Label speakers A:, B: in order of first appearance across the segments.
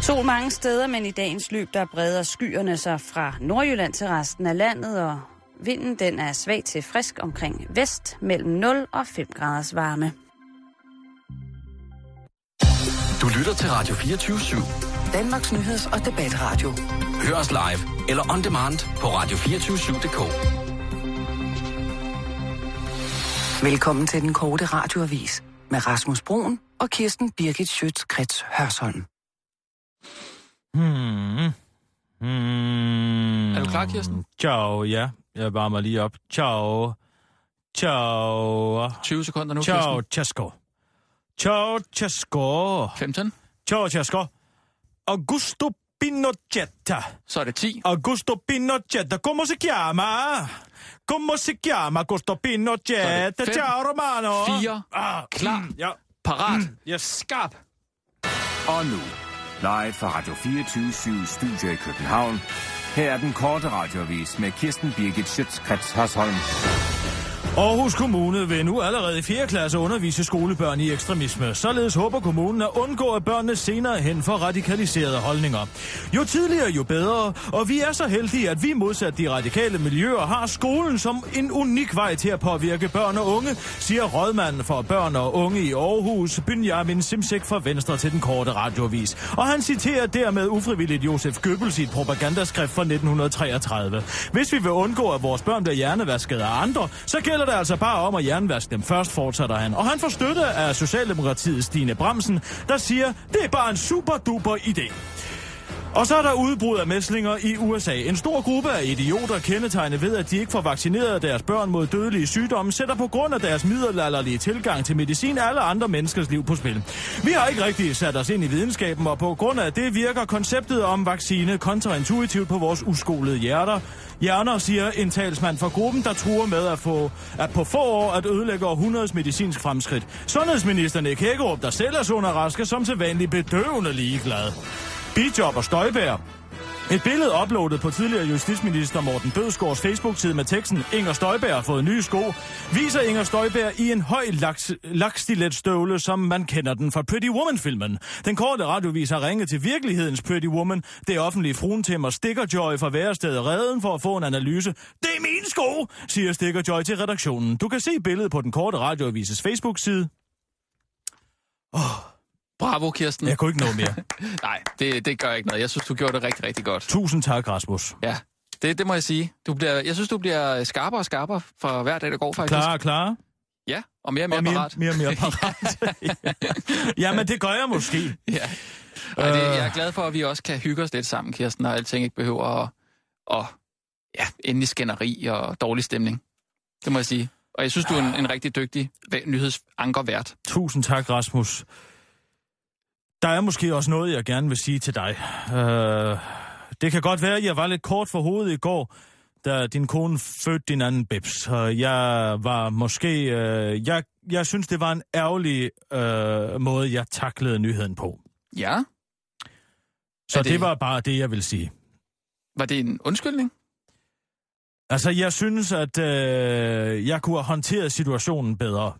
A: Sol mange steder, men i dagens løb, der breder skyerne sig fra Nordjylland til resten af landet, og vinden den er svag til frisk omkring vest, mellem 0 og 5 graders varme.
B: Du lytter til Radio 24-7.
C: Danmarks Nyheds- og Debatradio.
B: Hør os live eller on demand på radio247.dk.
C: Velkommen til den korte radioavis med Rasmus Broen og Kirsten Birgit Schøtz-Krets Hørsholm.
D: Hmm. Hmm.
E: Er du klar, Kirsten?
D: Ciao, ja. Jeg varmer lige op. Ciao. Ciao.
E: 20 sekunder nu,
D: Ciao,
E: Kirsten.
D: Tjasko. Ciao, Tjasko.
E: 15.
D: Ciao, Tjasko. Augusto Pinochet.
E: Så er det 10.
D: Augusto Pinochet, come si chiama? Come si chiama Augusto Pinochet?
E: Så er det fem,
D: Ciao, Romano.
E: fire,
D: ah,
E: klar.
D: Ja, Mm.
E: Parat.
D: yes.
E: Skarp.
F: Og nu, live fra Radio 24 Studio i København. Her er den korte radiovis med Kirsten Birgit Schøtzgrads Hasholm.
D: Aarhus Kommune vil nu allerede i 4. klasse undervise skolebørn i ekstremisme. Således håber kommunen at undgå, at børnene senere hen får radikaliserede holdninger. Jo tidligere, jo bedre, og vi er så heldige, at vi modsat de radikale miljøer har skolen som en unik vej til at påvirke børn og unge, siger rådmanden for børn og unge i Aarhus, Benjamin Simsek fra Venstre til den korte radiovis. Og han citerer dermed ufrivilligt Josef Goebbels i et propagandaskrift fra 1933. Hvis vi vil undgå, at vores børn bliver hjernevasket af andre, så gælder det altså bare om at hjernevaske dem først, fortsætter han. Og han får støtte af Socialdemokratiets Stine Bremsen, der siger, det er bare en super duper idé. Og så er der udbrud af mæslinger i USA. En stor gruppe af idioter kendetegnet ved, at de ikke får vaccineret deres børn mod dødelige sygdomme, sætter på grund af deres middelalderlige tilgang til medicin alle andre menneskers liv på spil. Vi har ikke rigtig sat os ind i videnskaben, og på grund af det virker konceptet om vaccine kontraintuitivt på vores uskolede hjerter. Hjerner, siger en talsmand for gruppen, der truer med at, få, at på få år at ødelægge århundredes medicinsk fremskridt. Sundhedsminister Nick Hækkerup, der selv er sund og raske, som til vanlig bedøvende ligeglad. Bijob og Støjbær. Et billede uploadet på tidligere justitsminister Morten Bødskårs Facebook-side med teksten Inger Støjbær har fået nye sko, viser Inger Støjbær i en høj laks, laksstiletstøvle, som man kender den fra Pretty Woman-filmen. Den korte radiovis har ringet til virkelighedens Pretty Woman, det offentlige fruentemmer Sticker Joy fra værestedet Reden for at få en analyse. Det er mine sko, siger Sticker Joy til redaktionen. Du kan se billedet på den korte radioavises Facebook-side.
E: Bravo, Kirsten.
D: Jeg kunne ikke nå mere.
E: Nej, det, det gør ikke noget. Jeg synes, du gjorde det rigtig, rigtig godt.
D: Tusind tak, Rasmus.
E: Ja, det, det må jeg sige. Du bliver, jeg synes, du bliver skarpere og skarpere for hver dag, der går faktisk.
D: Klar, klar.
E: Ja, og mere og mere,
D: Og
E: parat.
D: mere, mere, mere parat. Jamen, det gør jeg måske.
E: Ja. Og det, jeg er glad for, at vi også kan hygge os lidt sammen, Kirsten, og alting ikke behøver at, at ja, ende i skænderi og dårlig stemning. Det må jeg sige. Og jeg synes, du er en, en rigtig dygtig væ- nyhedsankervært.
D: Tusind tak, Rasmus. Der er måske også noget, jeg gerne vil sige til dig. Øh, det kan godt være, at jeg var lidt kort for hovedet i går, da din kone fødte din anden bips. Øh, Jeg var måske... Øh, jeg, jeg synes, det var en ærgerlig øh, måde, jeg taklede nyheden på.
E: Ja.
D: Så
E: Er
D: det...
E: det-
D: det var bare det, jeg vil sige.
E: Var det en undskyldning?
D: Altså, jeg synes, at øh, jeg kunne have håndteret situationen bedre.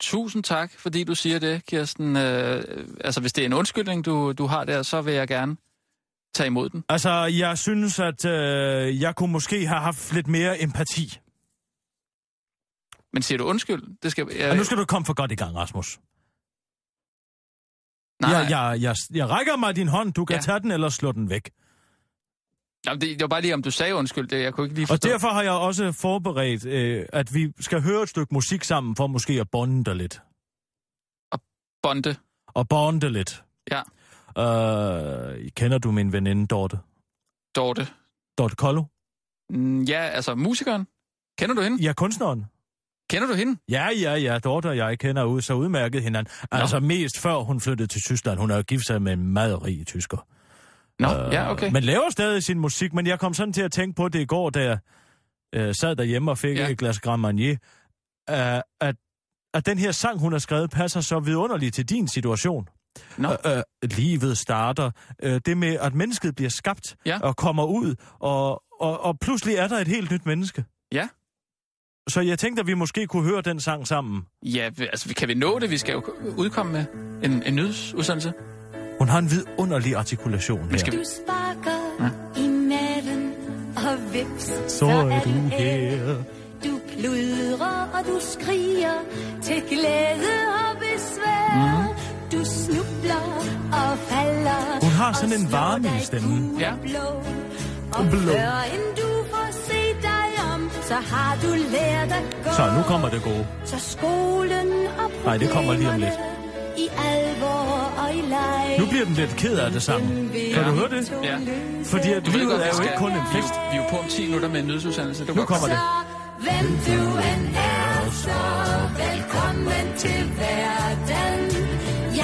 E: Tusind tak, fordi du siger det, Kirsten. Øh, altså, hvis det er en undskyldning, du, du har der, så vil jeg gerne tage imod den.
D: Altså, jeg synes, at øh, jeg kunne måske have haft lidt mere empati.
E: Men siger du undskyld? Det skal, jeg,
D: Og nu skal du komme for godt i gang, Rasmus.
E: nej, nej.
D: Jeg, jeg, jeg, jeg rækker mig din hånd, du kan
E: Ja.
D: ja. tage den eller slå den væk.
E: Jamen, det, det var bare lige, om du sagde undskyld. Det, jeg kunne ikke lige
D: Og
E: forstå.
D: derfor har jeg også forberedt, øh, at vi skal høre et stykke musik sammen, for måske at bonde dig lidt.
E: Bonde.
D: Og bonde lidt.
E: Ja.
D: Øh, kender du min veninde, Dorte?
E: Dorte.
D: Dorte Kollo?
E: Mm, Ja, altså musikeren. Kender du hende?
D: Ja, kunstneren.
E: Kender du hende?
D: Ja, ja, ja, Dorte og jeg kender ud, så udmærket hinanden. Altså mest før hun flyttede til Tyskland. Hun har jo gift sig med en meget rig tysker.
E: Nå, øh, ja, okay.
D: Men laver stadig sin musik, men jeg kom sådan til at tænke på det i går, da jeg øh, sad derhjemme og fik
E: Ja.
D: ja. et glas Grand Marnier, øh, at, at den her sang, hun har skrevet, passer så vidunderligt til din situation.
E: Nå.
D: Øh, øh, livet starter. Øh, det med, at mennesket bliver skabt
E: Ja.
D: og kommer ud, og, og, og pludselig er der et helt nyt menneske.
E: Ja.
D: Så jeg tænkte, at vi måske kunne høre den sang sammen.
E: Ja, altså, kan vi nå det? Vi skal jo udkomme med en, en nyhedsudsendelse.
D: Hun Hun har en vidunderlig artikulation her.
E: skal vi-
G: Du sparker i maven, og vips, så,
D: Så er du her.
G: Du pludrer og du skriger til glæde og besvær. Du snubler og falder.
D: Mhm. Hun har sådan
G: og
D: en
G: slår
D: varme i
G: dig
D: stemmen.
G: gul og
E: Ja.
G: Blå. Og
D: Blå.
G: blå. før end du får set dig om, så har du lært at gå.
D: Så nu kommer det gode.
G: Så skolen og
D: Nej, det kommer lige om lidt.
G: problemerne I alvor og i leg.
D: Nu bliver den lidt ked af det sammen. Kan du høre det?
E: Ja.
D: Fordi at
E: Du ved
D: livet
E: godt,
D: er
E: vi
D: jo
E: skal-
D: ikke kun en
E: Vi,
D: fest.
E: vi er jo på om 10 minutter med en nødsudsendelse. Det var
D: Nu
E: godt.
D: kommer det.
G: Hvem du end er, så velkommen til verden.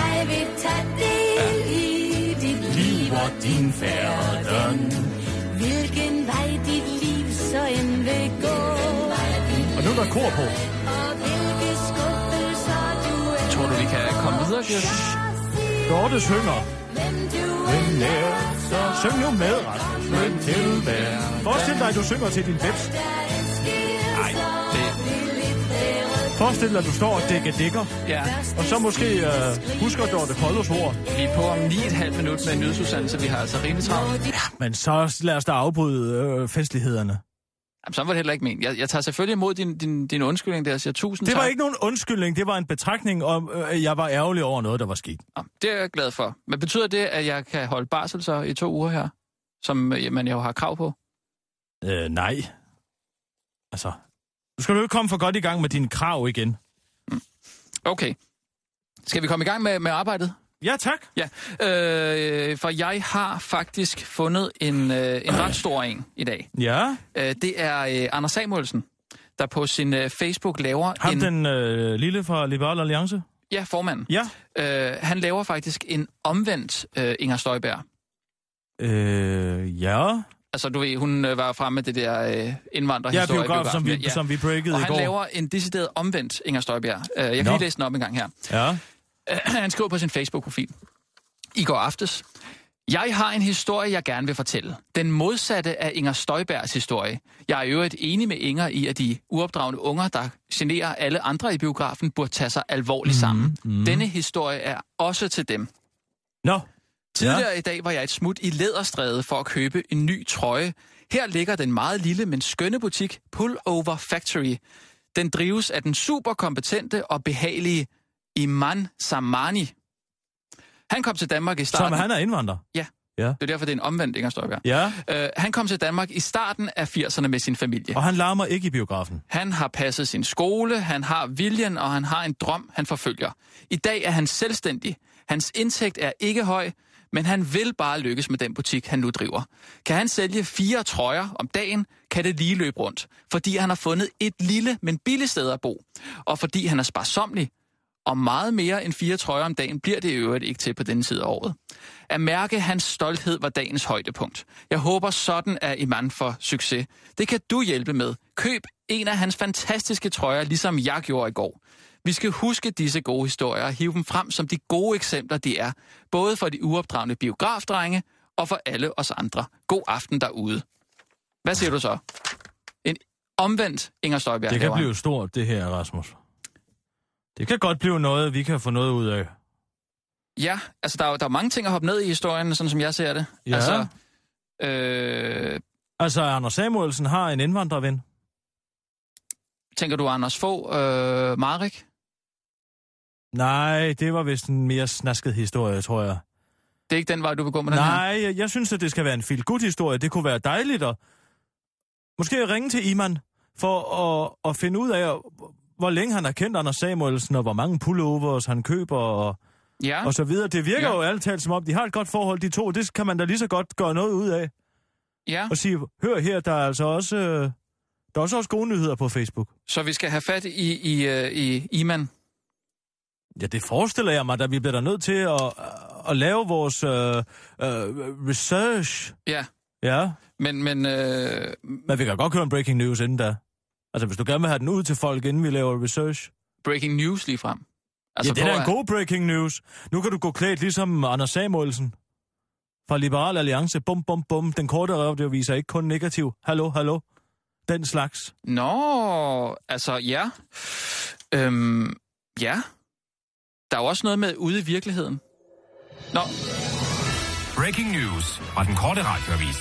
G: Jeg vil tage del i dit liv og din færden. Hvilken vej dit liv så end vil gå.
D: Og nu er der kor på.
G: Og hvilke skuffelser du end
E: Tror du, vi kan komme videre, Kirsten?
D: Dorte synger.
G: Hvem du end er, så
D: Syng nu med, Rasmus. Men til Forestil dig, at du synger til din bebs.
G: Nej,
E: det-
D: Forestil dig, at du står og dækker dækker.
E: Ja.
D: Og så måske øh, husker Dorte Kollos ord.
E: Vi er på om 9,5 minutter med en nødsudsendelse. Vi har altså rimelig travlt.
D: Men så lad os da afbryde øh, festlighederne.
E: Jamen, sådan var det heller ikke ment. Jeg, jeg tager selvfølgelig imod din, din, din undskyldning der og siger tusind
D: Det
E: tak.
D: var ikke nogen undskyldning, det var en betragtning om, øh, at jeg var ærgerlig over noget, der var sket.
E: Nå, det er jeg glad for. Men betyder det, at jeg kan holde barsel så i to uger her? Som øh, man jo har krav på.
D: Øh, nej. Altså, nu skal du ikke komme for godt i gang med dine krav igen.
E: Okay. Skal vi komme i gang med, med arbejdet?
D: Ja, tak.
E: Ja, øh, for jeg har faktisk fundet en, øh, en ret stor en i dag.
D: Ja,
E: Øh, det er øh, Anders Samuelsen, der på sin øh, Facebook laver
D: ham
E: en...
D: den øh, lille fra Liberal Alliance.
E: Ja, formanden.
D: Ja.
E: Øh, han laver faktisk en omvendt øh, Inger Støjberg.
D: Øh, ja.
E: Altså, du ved, hun øh, var fremme med det der øh,
D: Ja,
E: indvandrerhistorie.
D: biograf, som vi,
E: biografen,
D: ja. som vi breakede
E: Og
D: i
E: han
D: går.
E: laver en decideret omvendt Inger Støjberg. Øh, jeg kan
D: Nå.
E: lige læse den op en gang her.
D: Ja.
E: Han skriver på sin Facebook-profil. I går aftes. Jeg har en historie, jeg gerne vil fortælle. Den modsatte af Inger Støjbergs historie. Jeg er i øvrigt enig med Inger i, at de uopdragende unger, der generer alle andre i biografen, burde tage sig
D: Mhm,
E: alvorligt sammen. Mm. Denne historie er også til dem.
D: Nå.
E: Tidligere i dag var jeg et smut i Læderstræde for at købe en ny trøje. Her ligger den meget lille, men skønne butik Pullover Factory. Den drives af den superkompetente og behagelige Iman Samani. Han kom til Danmark i starten...
D: Som han er indvandrer.
E: Det er derfor, det er en omvendt Inger Støjberg.
D: Ja.
E: Øh, han kom til Danmark i starten af 80'erne med sin familie.
D: Og han larmer ikke i biografen.
E: Han har passet sin skole, han har viljen, og han har en drøm, han forfølger. I dag er han selvstændig. Hans indtægt er ikke høj, men han vil bare lykkes med den butik, han nu driver. Kan han sælge fire trøjer om dagen, kan det lige løbe rundt. Fordi han har fundet et lille, men billigt sted at bo. Og fordi han er sparsomlig. Og meget mere end fire trøjer om dagen bliver det i øvrigt ikke til på denne side af året. At mærke hans stolthed var dagens højdepunkt. Jeg håber sådan, at Iman får succes. Det kan du hjælpe med. Køb en af hans fantastiske trøjer, ligesom jeg gjorde i går. Vi skal huske disse gode historier og hive dem frem som de gode eksempler, de er. Både for de uopdragende biografdrenge og for alle os andre. God aften derude. Hvad siger du så? En omvendt Inger
D: Det
E: Støjberg.
D: kan
E: laver han.
D: blive stort, det her, Rasmus. Det kan godt blive noget, vi kan få noget ud af.
E: Ja, altså der er, jo- der er mange ting at hoppe ned i historien, sådan som jeg ser det.
D: Ja.
E: Altså, øh,
D: Altså, Anders Samuelsen har en indvandrerven.
E: tænker du Anders Fogh, øh, Marek?
D: Nej, det var vist en mere snasket historie, tror jeg.
E: Det er ikke den vej, du vil gå med den her?
D: Nej, jeg, jeg synes, at det skal være en feel good historie. Det kunne være dejligt at... Måske ringe til Iman for at, at finde ud af, hvor længe han har kendt Anders Samuelsen, og hvor mange pullovers han køber, og,
E: Ja,
D: og så videre. Det virker
E: Ja.
D: ja. jo alt talt som om, de har et godt forhold, de to. Det kan man da lige så godt gøre noget ud af.
E: ja.
D: Og sige, hør her, der er altså også... Øh, der er også, også gode nyheder på Facebook.
E: Så vi skal have fat i, i, øh, i Iman.
D: Ja, det forestiller jeg mig, da vi bliver da nødt til at, at lave vores øh, øh, research.
E: Ja,
D: Ja,
E: men, men øh,
D: men vi kan godt køre en breaking news inden da. Altså, hvis du gerne vil have den ud til folk, inden vi laver research.
E: breaking news lige frem.
D: Altså, ja, det er
E: hvor
D: da en god breaking news. Nu kan du gå klædt ligesom Anders Samuelsen fra Liberal Alliance. Bum, bum, bum. Den korte radioavis er ikke kun negativ. Hallo, hallo. Den slags.
E: Nå, altså ja. Øhm, ja. Der er jo også noget med ude i virkeligheden. Nå,
F: Breaking news fra den korte radioavis.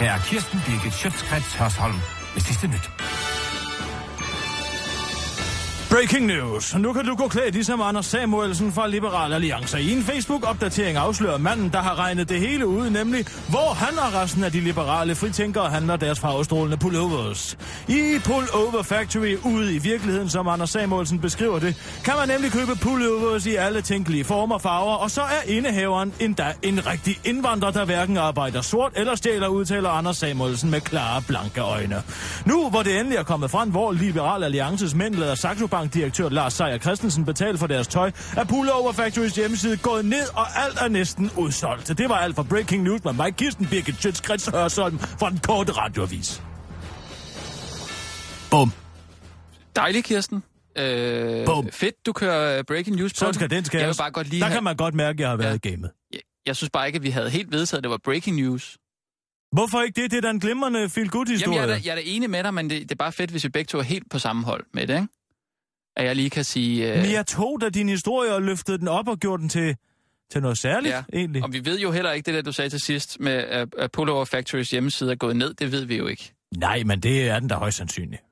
F: Her er Kirsten Birgit Schøtzgrads Hørsholm med sidste nyt.
D: Breaking news. Nu kan du gå klædt ligesom Anders Samuelsen fra Liberal Alliance. I en Facebook-opdatering afslører manden, der har regnet det hele ud, nemlig hvor han og resten af de liberale fritænkere handler deres farvestrålende pullovers. I Pullover Factory ude i virkeligheden, som Anders Samuelsen beskriver det, kan man nemlig købe pullovers i alle tænkelige former og farver, og så er indehaveren endda en rigtig indvandrer, der hverken arbejder sort eller stjæler, udtaler Anders Samuelsen med klare, blanke øjne. Nu, hvor det endelig er kommet frem, hvor Liberal Alliances mænd lader Saxo Bank-direktør Lars Seier Christensen betale for deres tøj, er Pullover Factories hjemmeside gået ned, og alt er næsten udsolgt. Det var alt for Breaking News med Mike Kirsten, Birgit Schøtzgrads Hørsholm fra den korte radioavis. Bum.
E: Dejlig, Kirsten. Øh,
D: Bum.
E: fedt, du kører øh, Breaking News på.
D: Sådan skal
E: den.
D: den skæres.
E: Jeg vil bare godt lige
D: Der
E: have-
D: kan man godt mærke, at jeg har været i gamet.
E: Jeg, jeg synes bare ikke, at vi havde helt vedtaget, at det var Breaking News.
D: Hvorfor ikke det? Det er da en glimrende feel-good-historie.
E: Jamen, jeg er, da, jeg er da enig med dig, men det, det er bare fedt, hvis vi begge to er helt på samme hold med det, ikke? At jeg lige kan sige... øh,
D: Men jeg tog da din historie og løftede den op og gjorde den til, til noget særligt, ja. egentlig.
E: Og vi ved jo heller ikke det der, du sagde til sidst med, at- at Pullover Factories hjemmeside er gået ned. Det ved vi jo ikke.
D: Nej, men det er den da højst sandsynligt.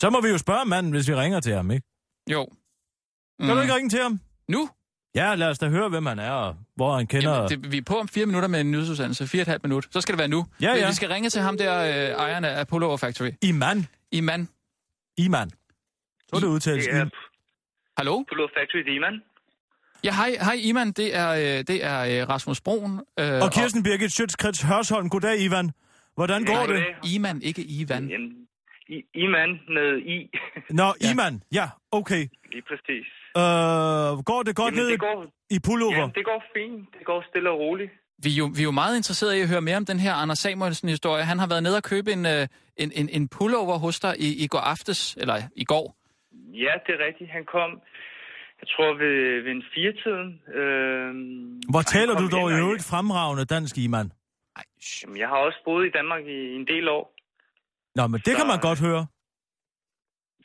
D: Så må vi jo spørge manden, hvis vi ringer til ham, ikke?
E: Jo. Mm.
D: Kan mm. du ikke ringe til ham?
E: Nu?
D: Ja, lad os da høre, hvem han er, og hvor han kender...
E: Jamen, det, vi er på om fire minutter med en nyhedsudsendelse. Fire og et halvt minut. Så skal det være nu.
D: Ja,
E: Vi-
D: ja.
E: Vi skal ringe til ham der, øh, ejeren af Pullover Factory.
D: Iman.
E: Iman.
D: Iman. Så er det udtales.
H: Det er
D: Yeah.
E: Hallo?
H: Pullover Factory Demon.
E: Ja, hej, hej Iman. Det er, øh, det er øh, Rasmus Broen. Øh,
D: Og Kirsten Birgit Schøtzgrads Hørsholm. Goddag, Ivan. Hvordan går det?
E: og Iman, ikke Ivan.
H: En I- Iman med I.
D: Nå, Iman. Ja, okay.
H: Lige præcis.
D: Øh, går det godt
H: Jamen,
D: ned
H: det går,
D: i pullover?
H: jamen, det går fint. Det går stille og roligt.
E: Vi er, jo, vi er jo meget interesserede i at høre mere om den her Anders Samuelsen-historie. Han har været nede og købe en, øh, en, en, en pullover hos dig i, i går aftes, eller i går.
H: Ja, det er rigtigt. Han kom, jeg tror, ved, ved en firetiden. Øhm,
D: Hvor
H: og han
D: taler
H: kom
D: du dog
H: ind,
D: i
H: og-
D: øvrigt fremragende dansk, Iman?
E: Ej, shh.
H: Jamen, jeg har også boet i Danmark i en del år.
D: Nå, men det
H: Så-
D: kan man godt høre.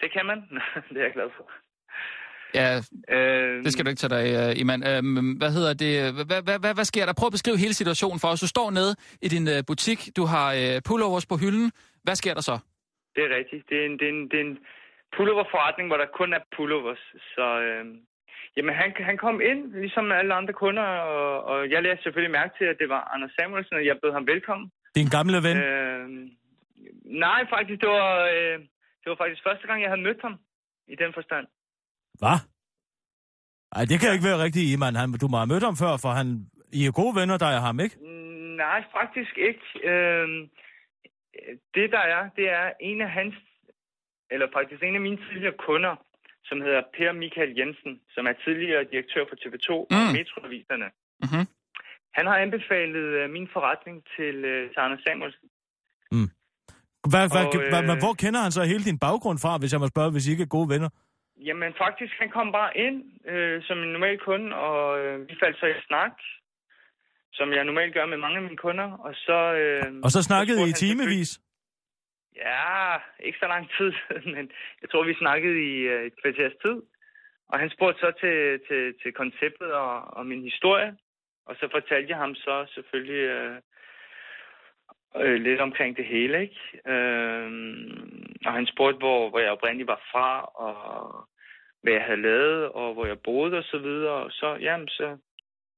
H: Det kan man. det er jeg glad for.
E: Ja,
H: Øhm,
E: det skal du ikke tage dig, uh, Iman. Uh, hvad hedder det? Hvad, hvad, hvad, hvad sker der? Prøv at beskrive hele situationen for os. Du står nede i din uh, butik, du har uh, pullovers på hylden. Hvad sker der så?
H: Det er rigtigt. Det er en, det er en, det er en pullover-forretning, hvor der kun er pullovers. Så øh, jamen, han, han kom ind, ligesom alle andre kunder, og, og jeg lagde selvfølgelig mærke til, at det var Anders Samuelsen, og jeg bød ham velkommen.
D: Din gamle ven.
H: Øh, nej, faktisk, det var, øh, det var faktisk første gang, jeg havde mødt ham i den forstand.
D: Hvad? Ej, det kan ikke være rigtigt, Iman. Han, du må have mødt ham før, for han, I er gode venner, der er ham, ikke?
H: Mm, Nej, faktisk ikke. Øh, det, der er, det er en af hans, eller faktisk en af mine tidligere kunder, som hedder Per Michael Jensen, som er tidligere direktør for TV2 og
E: Mm.
H: Metroaviserne.
E: Mhm.
D: Mm-hmm.
H: Han har anbefalet øh, min forretning til, øh, til Anders Samuelsen.
D: Hvad, hvad,
H: Og, øh,
D: hvad, men hvor kender han så hele din baggrund fra, hvis jeg må spørge, hvis I ikke er gode venner?
H: Jamen faktisk, han kom bare ind øh, som en normal kunde, og øh, vi faldt så i snak, som jeg normalt gør med mange af mine kunder. Og så, øh,
D: Og så snakkede I
H: spurgte
D: i
H: han selvfølgelig-
D: timevis.
H: Ja, ikke så lang tid, men jeg tror, vi snakkede i øh, et kvarters tid. Og han spurgte så til, til, til konceptet og, og min historie. Og så fortalte jeg ham så selvfølgelig øh, øh, lidt omkring det hele, ikke? Øh, og han spurgte, hvor, hvor jeg oprindeligt var fra, og hvad jeg havde lavet, og hvor jeg boede og så videre. Og så, jamen, så...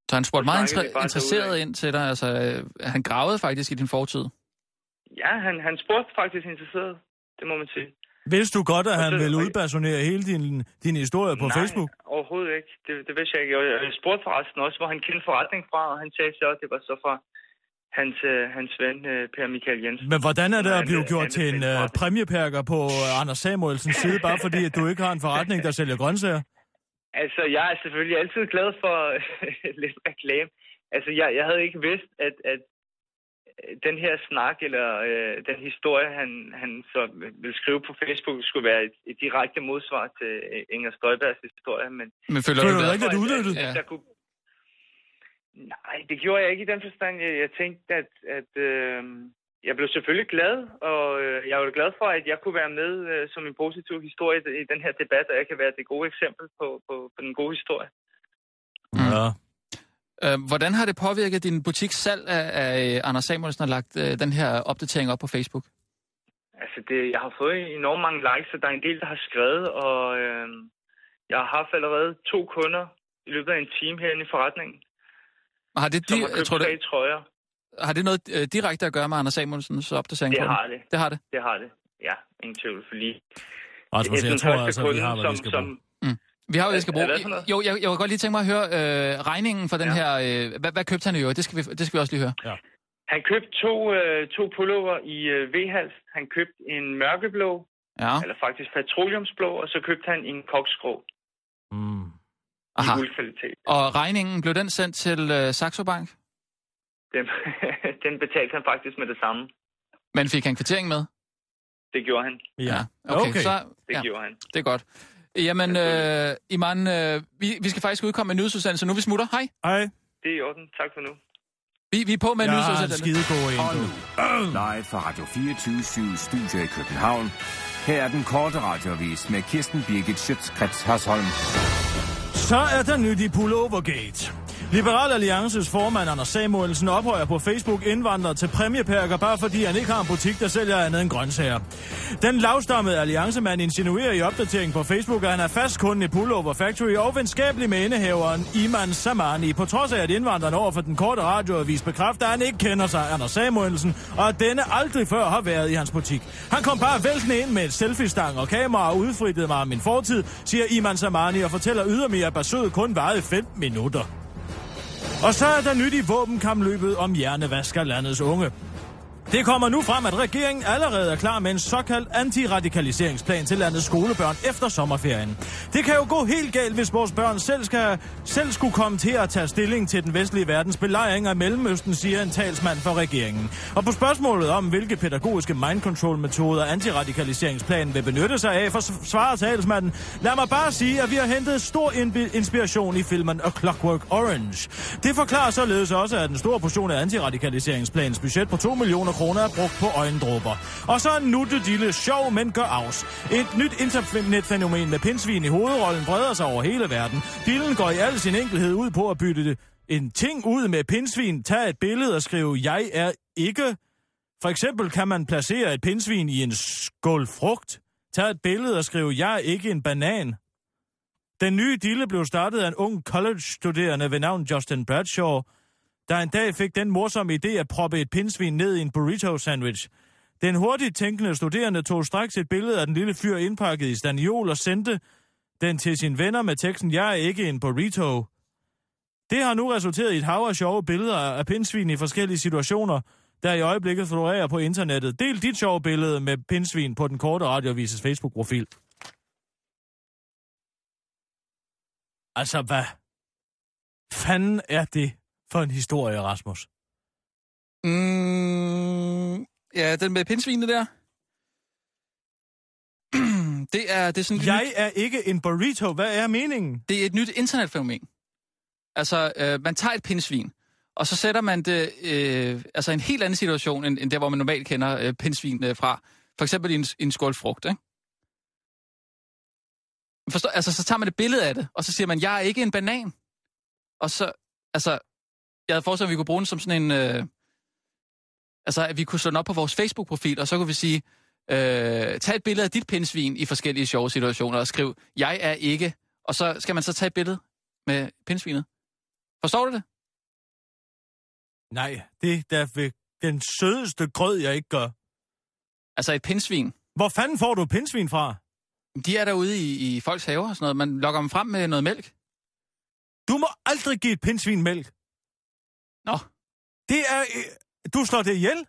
E: Så han spurgte
H: Så
E: meget
H: snakkede vi
E: inter-
H: bare
E: interesseret
H: derudad.
E: ind til dig. Altså, øh, han gravede faktisk i din fortid.
H: Ja, han, han spurgte faktisk interesseret. Det må man sige.
D: Vidste du godt, at
H: Og
D: han
H: så-
D: ville udpersonere hele din, din historie på
H: Nej,
D: Facebook?
H: overhovedet ikke. Det, det vidste jeg ikke. Og jeg- Jeg spurgte forresten også, hvor han kendte forretning fra, og han sagde så, at det var så fra hans, øh, hans ven, øh, Per Michael Jensen.
D: Men hvordan er det
H: Nej,
D: at blive
H: det-
D: gjort
H: det-
D: til en
H: det-
D: uh, præmieperker på uh, Anders Samuelsens side, bare fordi at du ikke har en forretning, der sælger grøntsager?
H: Altså, jeg er selvfølgelig altid glad for lidt reklame. Altså, jeg, jeg havde ikke vidst, at, at den her snak, eller øh, den historie, han, han så ville skrive på Facebook, skulle være et, et direkte modsvar til øh, Inger Støjbergs historie, men
E: Men føler
D: Føler
E: du
D: du
E: dig
D: dig ikke, at du udnyttede
E: det?
H: at der kunne... Nej, det gjorde jeg ikke i den forstand. Jeg, jeg tænkte, at, at øh, jeg blev selvfølgelig glad, og øh, jeg var glad for, at jeg kunne være med øh, som en positiv historie i- i den her debat, og jeg kan være det gode eksempel på, på, på den gode historie.
E: Mm.
D: Ja.
E: Øh, hvordan har det påvirket din butiks salg, at, at Anders Samuelsen har lagt øh, den her opdatering op på Facebook?
H: Altså, det, jeg har fået enormt mange likes, og der er en del, der har skrevet, og øh, jeg har haft allerede to kunder i løbet af en time herinde i forretningen,
E: Og Har det,
H: som
E: di-
H: har
E: jeg
H: købt
E: tror,
H: tre
E: det,
H: trøjer.
E: har det noget øh, direkte at gøre med Anders Samuelsens opdatering?
H: Det
E: på den?
H: har det,
E: Det har det.
H: det har det. Ja, ingen tvivl, fordi
D: Rasmus, jeg
H: den
D: tror
H: første
D: altså, vi
H: kunde,
D: har, hvad
H: som,
D: vi skal
H: som,
D: bruge.
E: Vi har jo
H: Er-
E: Eskerbro.
H: er det for noget?
E: Jo, jeg, jeg kunne godt lige tænke mig at høre øh, regningen for den
H: Ja.
E: her... Øh, hvad, hvad købte han i øvrigt? Det skal, vi, det skal vi også lige høre.
H: Han købte to, øh, to pullover i øh, V-hals. Han købte en mørkeblå,
E: Ja.
H: eller faktisk petroleumsblå, og så købte han en koksgrå
D: Mm.
H: i
E: Aha.
H: guldkvalitet.
E: Og regningen, blev den sendt til øh, Saxo Bank?
H: Den, den betalte han faktisk med det samme.
E: Men fik han kvittering med?
H: Det gjorde han.
D: Ja.
E: Okay, okay. så
H: Det
E: ja,
H: gjorde han.
E: det er godt. Jamen, øh, Iman, øh, vi, vi skal faktisk udkomme med en nyhedsudsendelse, nu vi smutter. Hej.
D: Hej.
H: Det er i orden. Tak for nu.
E: Vi, vi er på med en
D: Jeg har en
E: nyhedsudsendelse.
D: skidegod en.
F: Og
D: du.
F: nu, live fra Radio 24 Studio i København. Her er den korte radiovis med Kirsten Birgit Schøtzgrads Hasholm.
D: Så er der nyt i Pullovergate. Liberal Alliances formand Anders Samuelsen ophøjer på Facebook indvandrere til præmiepærker, bare fordi han ikke har en butik, der sælger andet end grøntsager. Den lavstammede alliancemand insinuerer i opdateringen på Facebook, at han er fast kunde i Pullover Factory og venskabelig med indehaveren Iman Samani, på trods af, at indvandreren over for den korte radioavis bekræfter, at han ikke kender sig Anders Samuelsen, og at denne aldrig før har været i hans butik. Han kom bare væltende ind med et selfie-stang og kamera og udfrittede mig af min fortid, siger Iman Samani og fortæller ydermere, at besøget kun varede 5 minutter. Og så er der nyt i våbenkampløbet om hjernevasker landets unge. Det kommer nu frem, at regeringen allerede er klar med en såkaldt antiradikaliseringsplan til landets skolebørn efter sommerferien. Det kan jo gå helt galt, hvis vores børn selv, skal, selv skulle komme til at tage stilling til den vestlige verdens belejring af Mellemøsten, siger en talsmand for regeringen. Og på spørgsmålet om, hvilke pædagogiske mind control metoder antiradikaliseringsplanen vil benytte sig af, for svarer talsmanden, lad mig bare sige, at vi har hentet stor indbi- inspiration i filmen A Clockwork Orange. Det forklarer således også, at en stor portion af antiradikaliseringsplanens budget på 2 millioner kroner er brugt på øjendråber. Og så en nuttedille sjov, men gør afs. Et nyt internetfænomen med pindsvin i hovedrollen breder sig over hele verden. Dillen går i al sin enkelhed ud på at bytte det en ting ud med pindsvin, tage et billede og skrive, jeg er ikke for eksempel kan man placere et pindsvin i en skål frugt, tage et billede og skrive, jeg er ikke en banan. Den nye dille blev startet af en ung college-studerende ved navn Justin Bradshaw, der en dag fik den morsomme idé at proppe et pindsvin ned i en burrito-sandwich. Den hurtigt tænkende studerende tog straks et billede af den lille fyr indpakket i staniol og sendte den til sine venner med teksten, jeg er ikke en burrito. Det har nu resulteret i et hav af sjove billeder af pindsvin i forskellige situationer, der i øjeblikket florerer på internettet. Del dit sjove billede med pindsvin på den korte radiovises Facebook-profil. Altså, hvad fanden er det for en historie, Rasmus?
E: Mm, ja, den med pindsvinene der. Det er, det er sådan et
D: Jeg er ikke en burrito. Hvad er meningen?
E: Det er et nyt internetfænomen. Altså, øh, man tager et pindsvin, og så sætter man det øh, altså en helt anden situation, end, end der, hvor man normalt kender øh, pindsvin øh, fra. For eksempel i en, i en skål frugt, ikke? Forstår, altså, så tager man et billede af det, og så siger man, jeg er ikke en banan. Og så, altså, jeg havde forestillet, at vi kunne bruge den som sådan en... Øh, altså, at vi kunne slå den op på vores Facebook-profil, og så kunne vi sige, øh, tag et billede af dit pindsvin i forskellige sjove situationer, og skriv, jeg er ikke... Og så skal man så tage et billede med pindsvinet. Forstår du det?
D: Nej, det er ved den sødeste grød, jeg ikke gør.
E: Altså et pindsvin.
D: Hvor fanden får du pindsvin fra?
E: De er derude i, i folks haver og sådan noget. Man lokker dem frem med noget mælk.
D: Du må aldrig give et pindsvin mælk.
E: Nå,
D: Det er... øh, Du slår det ihjel?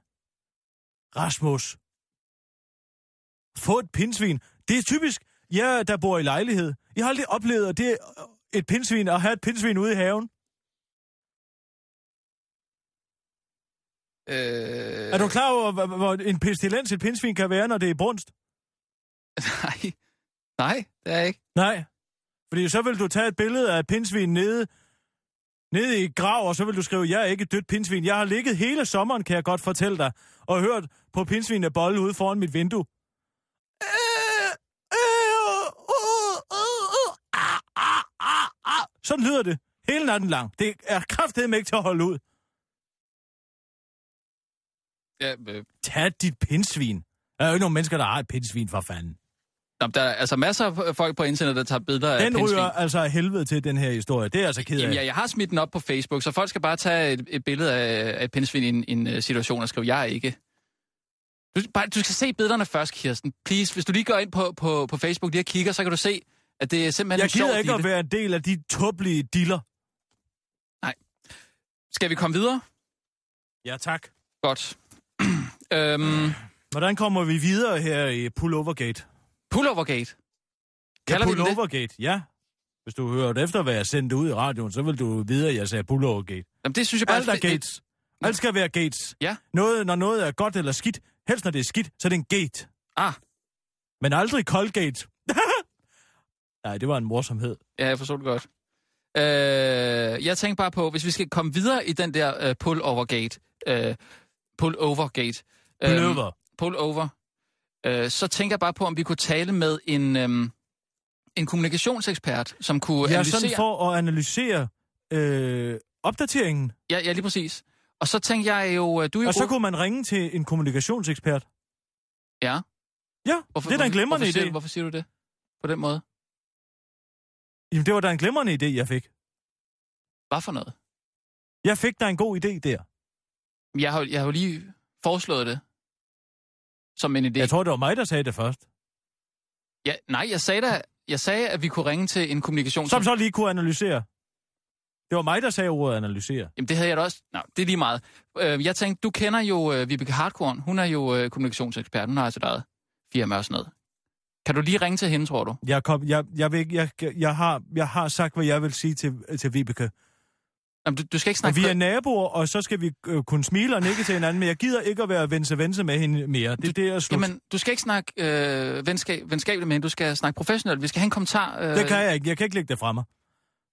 D: Rasmus. Få et pindsvin. Det er typisk jer, der bor i lejlighed. Jeg har aldrig oplevet, at det er et pindsvin at have et pindsvin ude i haven.
E: øh...
D: Øh. Er du klar over, hvor- hvor en pestilens et pindsvin kan være, når det er brunst?
E: Nej. Nej, det er jeg ikke.
D: Nej. Fordi så vil du tage et billede af et pindsvin nede, nede i et grav, og så vil du skrive, jeg er ikke et dødt pindsvin. Jeg har ligget hele sommeren, kan jeg godt fortælle dig, og hørt på pindsvinene bolle ude foran mit vindue. Sådan lyder det. Hele natten lang. Det er kraftedeme ikke til at holde ud.
E: Ja, øh,
D: Tag dit pindsvin. Der er jo ikke nogen mennesker, der har et pindsvin for fanden.
E: nå, men der er altså masser af folk på internettet, der tager billeder af
D: Den
E: pindsvin.
D: ryger altså af helvede til, den her historie. Det er jeg altså ked af.
E: Jamen, ja, jeg har smidt den op på Facebook, så folk skal bare tage et, et billede af, af et pindsvin i en, en øh, situation og skrive, jeg er ikke. Du, bare, du skal se billederne først, Kirsten. Please, hvis du lige går ind på, på, på Facebook lige og kigger, så kan du se, at det er simpelthen
D: jeg
E: en sjov
D: gider ikke
E: ditte.
D: at være en del af de tåbelige diller.
E: Skal vi komme videre?
D: Ja, tak.
E: Godt. øhm,
D: Hvordan kommer vi videre her i Pullovergate?
E: pullovergate.
D: Ja,
E: Kalder vi den det?
D: Pullovergate, ja. Hvis du hørte efter, hvad jeg sendte ud i radioen, så vil du vide, at jeg sagde Pullovergate.
E: Jamen, det synes jeg bare...
D: Alt er gates. Alt skal være gates.
E: Ja.
D: Noget, når noget er godt eller skidt, helst når det er skidt, så er det en gate.
E: Ah.
D: Men aldrig Colgate. Nej, det var en morsomhed.
E: Ja, jeg forstod det godt. Øh, jeg tænkte bare på, hvis vi skal komme videre i den der øh, pull-over-gate, øh, pull-over-gate, øh,
D: Pullover.
E: pull-over, øh, så tænker jeg bare på, om vi kunne tale med en, øh, en kommunikationsekspert, som kunne
D: Jeg er
E: analysere...
D: sådan for at analysere øh, opdateringen.
E: Ja, ja, lige præcis. Og så tænkte jeg jo, øh, du er jo...
D: Og så
E: god-
D: kunne man ringe til en kommunikationsekspert.
E: Ja.
D: Ja, det er da en glimrende
E: hvorfor, siger
D: idé.
E: du- Hvorfor siger du det? På den måde.
D: Jamen, det var da en glimrende idé, jeg fik.
E: Hvad for noget?
D: Jeg fik da en god idé der.
E: Jeg har, jo- jeg har jo lige foreslået det. Som en idé.
D: Jeg tror, det var mig, der sagde det først.
E: Ja, nej, jeg sagde, da, jeg sagde, at vi kunne ringe til en kommunikations...
D: Som så lige kunne analysere. Det var mig, der sagde ordet analysere.
E: Jamen, det havde jeg da også. Nå, det er lige meget. Øh, jeg tænkte, du kender jo øh, Vibeke Hardkorn. Hun er jo øh, kommunikationsekspert. Hun har altså eget firma og sådan noget. Kan du lige ringe til hende, tror du?
D: Jeg, kom, jeg, jeg, vil, ikke- jeg, jeg, har, jeg har sagt, hvad jeg vil sige til, til Vibeke.
E: Jamen, du, du skal ikke
D: Og
E: snakke...
D: vi er
E: for-
D: naboer, og så skal vi øh, kunne smile og nikke til hinanden, men jeg gider ikke at være vense-vense med hende mere. Det, det er slut. Jamen,
E: Jamen, du skal ikke snakke øh, venskab, venskabeligt med hende. Du skal snakke professionelt. Vi skal have en kommentar. Øh,
D: det kan jeg ikke. Jeg kan ikke lægge det fra mig.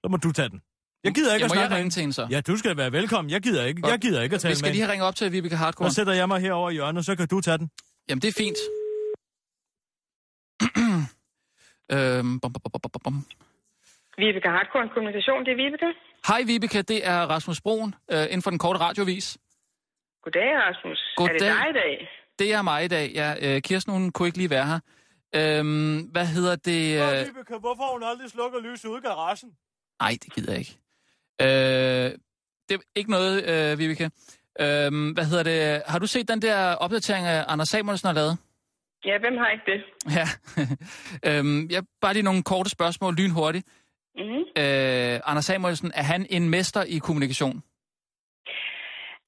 D: Så må du tage den. Jeg gider ikke
E: ja,
D: at
E: må
D: snakke
E: jeg
D: med
E: ringe
D: hende.
E: til hende så?
D: Ja, du skal være velkommen. Jeg gider ikke, jeg gider ikke at tale
E: Vi
D: med
E: skal lige
D: hende.
E: have ringet op til Vibeke Hardkorn.
D: Så sætter jeg mig herover i hjørnet, så kan du tage den.
E: Jamen, det er fint. øhm, bom, bom, bom, bom, bom, bom.
I: Vibeke Hardkorn Kommunikation, det er Vibeke.
E: Hej Vibeke, det er Rasmus Broen øh, inden for den korte radiovis.
I: Goddag, Rasmus. Er det
E: Goddag.
I: dig i dag?
E: Det er mig i dag. Ja, øh, Kirsten, hun kunne ikke lige være her. Øhm, hvad hedder det? Øh,
D: Vibeke, hvorfor hun aldrig slukker lyset ude i garagen?
E: nej, det gider jeg ikke. Øh, det er ikke noget, øh, Vibeke. Øhm, hvad hedder det? Har du set den der opdatering, øh, Anders Samuelsen har lavet?
I: Ja, hvem har ikke det?
E: Ja. øhm, jeg bare lige nogle korte spørgsmål, lynhurtigt.
I: Mm-hmm.
E: Øh, Anders Samuelsen, er han en mester i kommunikation?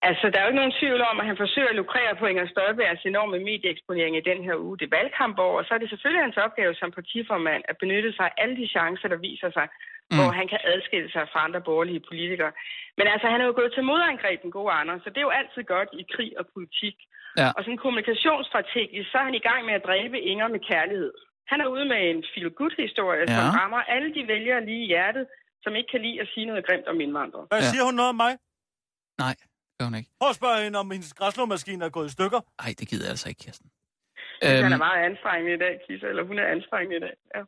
I: Altså, der er jo ikke nogen tvivl om, at han forsøger at lukrere på Inger Støjbergs enorme medieeksponering i den her uge. Det er valgkampår, og så er det selvfølgelig hans opgave som partiformand at benytte sig af alle de chancer, der viser sig, mm. hvor han kan adskille sig fra andre borgerlige politikere. Men altså, han er jo gået til modangreb, den gode Anders, så det er jo altid godt i krig og politik.
E: Ja.
I: Og sådan kommunikationsstrategisk, så er han i gang med at dræbe Inger med kærlighed. Han er ude med en feel good historie ja. som
E: Ja.
I: rammer alle de vælgere lige i hjertet, som ikke kan lide at sige noget grimt om indvandrere.
D: Hvad
E: Ja.
D: siger hun noget om mig?
E: Nej, det gør hun ikke.
D: Prøv at spørge hende, om hendes græslåmaskine er gået i stykker.
E: Nej, det gider jeg altså ikke, Kirsten.
I: Øhm. Han er meget anstrengende i dag, Kisse, eller hun er anstrengende i dag. Ja.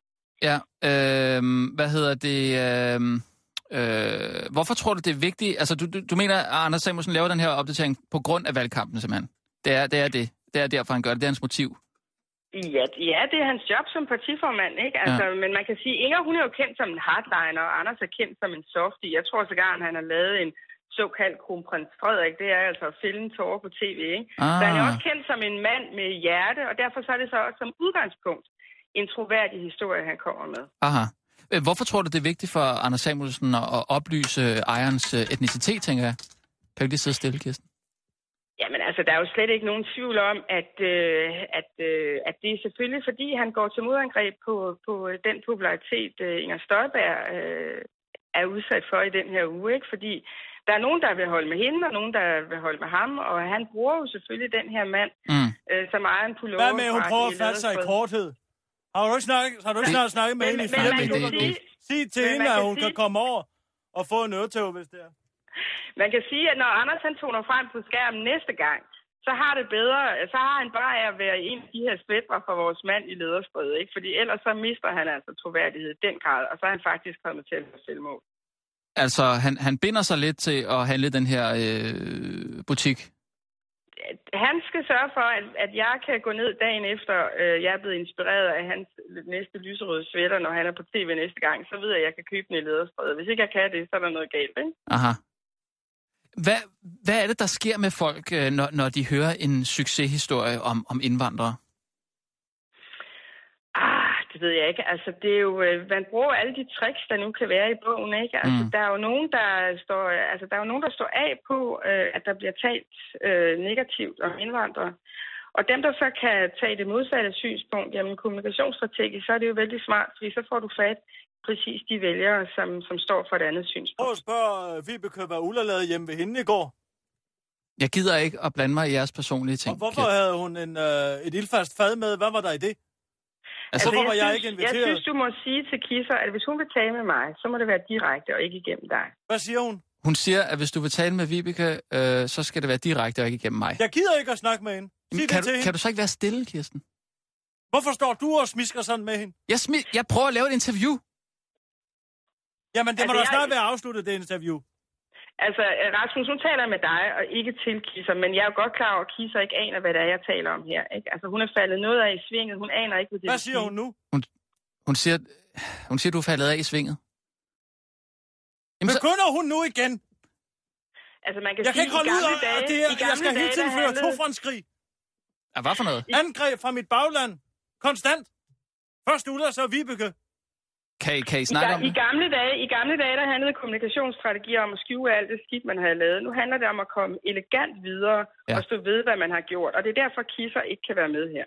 E: Ja, øh, hvad hedder det? Øh, øh, hvorfor tror du, det er vigtigt? Altså, du, du, du mener, at Anders Samuelsen laver den her opdatering på grund af valgkampen, simpelthen? Det er det. Er det. det er derfor, han gør det. Det er hans motiv.
I: Ja, ja, det er hans job som partiformand, ikke? Altså, ja. Men man kan sige, Inger hun er jo kendt som en hardliner, og Anders er kendt som en softie. Jeg tror sågar, at han har lavet en såkaldt kronprins Frederik. Det er altså at fælde en tårer på tv, ikke? Så han er
E: Ah,
I: også kendt som en mand med hjerte, og derfor så er det så også som udgangspunkt en troværdig historie, han kommer med.
E: aha. Øh, Hvorfor tror du, det er vigtigt for Anders Samuelsen at, at oplyse ejerens øh, etnicitet, tænker jeg? Kan du ikke lige sidde stille, Kirsten?
I: Jamen altså, der er jo slet ikke nogen tvivl om, at, øh, at, øh, at det er selvfølgelig fordi, han går til modangreb på, på øh, den popularitet, øh, Inger Støjberg øh, er udsat for i den her uge. Ikke? Fordi der er nogen, der vil holde med hende, og nogen, der vil holde med ham, og han bruger jo selvfølgelig den her mand,
E: Mm.
I: øh, som ejer en pullover.
D: Hvad med, at hun
I: fra
D: prøver at
I: det
D: fatte sig i
I: ladested.
D: korthed? Har du ikke snakket, har du ikke snart snakket med
I: Men-
D: hende i
I: men
D: fire
E: man kan
D: minutter?
E: sige-
D: Sig til
I: men
D: hende,
I: man
D: at
I: kan
D: hun kan
I: sige-
D: komme over og få en øretog, hvis det er.
I: Man kan sige, at når Anders han toner frem på skærmen næste gang, så har det bedre, så har han bare af at være en af de her svætter for vores mand i lederspredet, ikke? Fordi ellers så mister han altså troværdighed i den grad, og så er han faktisk kommet til at lave selvmål.
E: Altså, han, han binder sig lidt til at handle den her øh, butik.
I: han skal sørge for, at, at jeg kan gå ned dagen efter, øh, jeg er blevet inspireret af hans næste lyserøde sweater, når han er på tv næste gang, så ved jeg, at jeg kan købe den i lederstrædet. Hvis ikke jeg kan det, så er der noget galt, ikke?
E: Aha. Hvad, hvad er det, der sker med folk, øh, når, når de hører en succeshistorie om, om indvandrere?
I: Ah, det ved jeg ikke. Altså, det er jo, øh, man bruger alle de tricks, der nu kan være i bogen, ikke? Altså,
E: Mm.
I: mm. der er jo nogen, der står, altså, der er jo nogen, der står af på, øh, at der bliver talt øh, negativt om indvandrere. Og dem, der så kan tage det modsatte synspunkt, jamen kommunikationsstrategisk, så er det jo vældig smart, fordi så får du fat præcis de vælgere, som, som står for et andet synspunkt.
D: Prøv at spørge øh, Vibeke, hvad Ulla lavede hjemme ved hende i går.
E: Jeg gider ikke at blande mig i jeres personlige
D: Og
E: ting.
D: hvorfor
E: Kjeld.
D: havde hun en, øh, et ildfast fad med? Hvad var der i det?
E: Altså,
D: hvorfor var jeg ikke
I: synes, jeg
D: inviteret?
I: synes, du må sige til Kisser, at hvis hun vil tale med mig, så må det være direkte og ikke igennem dig.
D: Hvad siger hun?
E: Hun siger, at hvis du vil tale med Vibeke, øh, så skal det være direkte og ikke igennem mig.
D: Jeg gider ikke at snakke med hende. Sig
E: Jamen,
D: det
E: kan,
D: til
E: du,
D: hende.
E: kan du så ikke være stille, Kirsten?
D: Hvorfor står du og smisker sådan med hende?
E: Jeg, smid, jeg prøver at lave et interview.
D: Jamen, det altså, må da
I: Altså, jeg-
D: snart være afsluttet, det interview.
I: Altså, øh, Rasmus, nu taler jeg med dig, og ikke til Kisser, men jeg er jo godt klar over, at Kisser ikke aner, hvad det er, jeg taler om her. Ikke? Altså, hun er faldet noget af i svinget, hun aner ikke, hvad det
D: Hvad
I: vil
D: siger
I: sige.
D: hun nu?
E: Hun siger, hun siger du er faldet af i svinget. Jamen, så,
D: Begynder hun nu igen?
I: Altså, man kan
D: Jeg kan
I: sige,
D: ikke holde
I: i
D: ud
I: gamle
D: af
I: dage,
D: at det
I: i
D: her. Jeg
I: gamle
D: skal hele
I: dage,
D: tiden
I: der
D: føre
I: handlede-
D: tofronskrig.
E: ah, hvad for noget?
D: Angreb fra mit bagland. Konstant. Først Ulla, så Vibeke.
E: Kan I, kan I
I: I,
E: snakke
I: ga-
E: om
I: I
E: det?
I: gamle dage, I gamle dage, der handlede kommunikationsstrategier om at skjule alt det skidt, man havde lavet. Nu handler det om at komme elegant videre
E: Ja.
I: ja. og stå ved, hvad man har gjort. Og det er derfor, Kisser ikke kan være med her.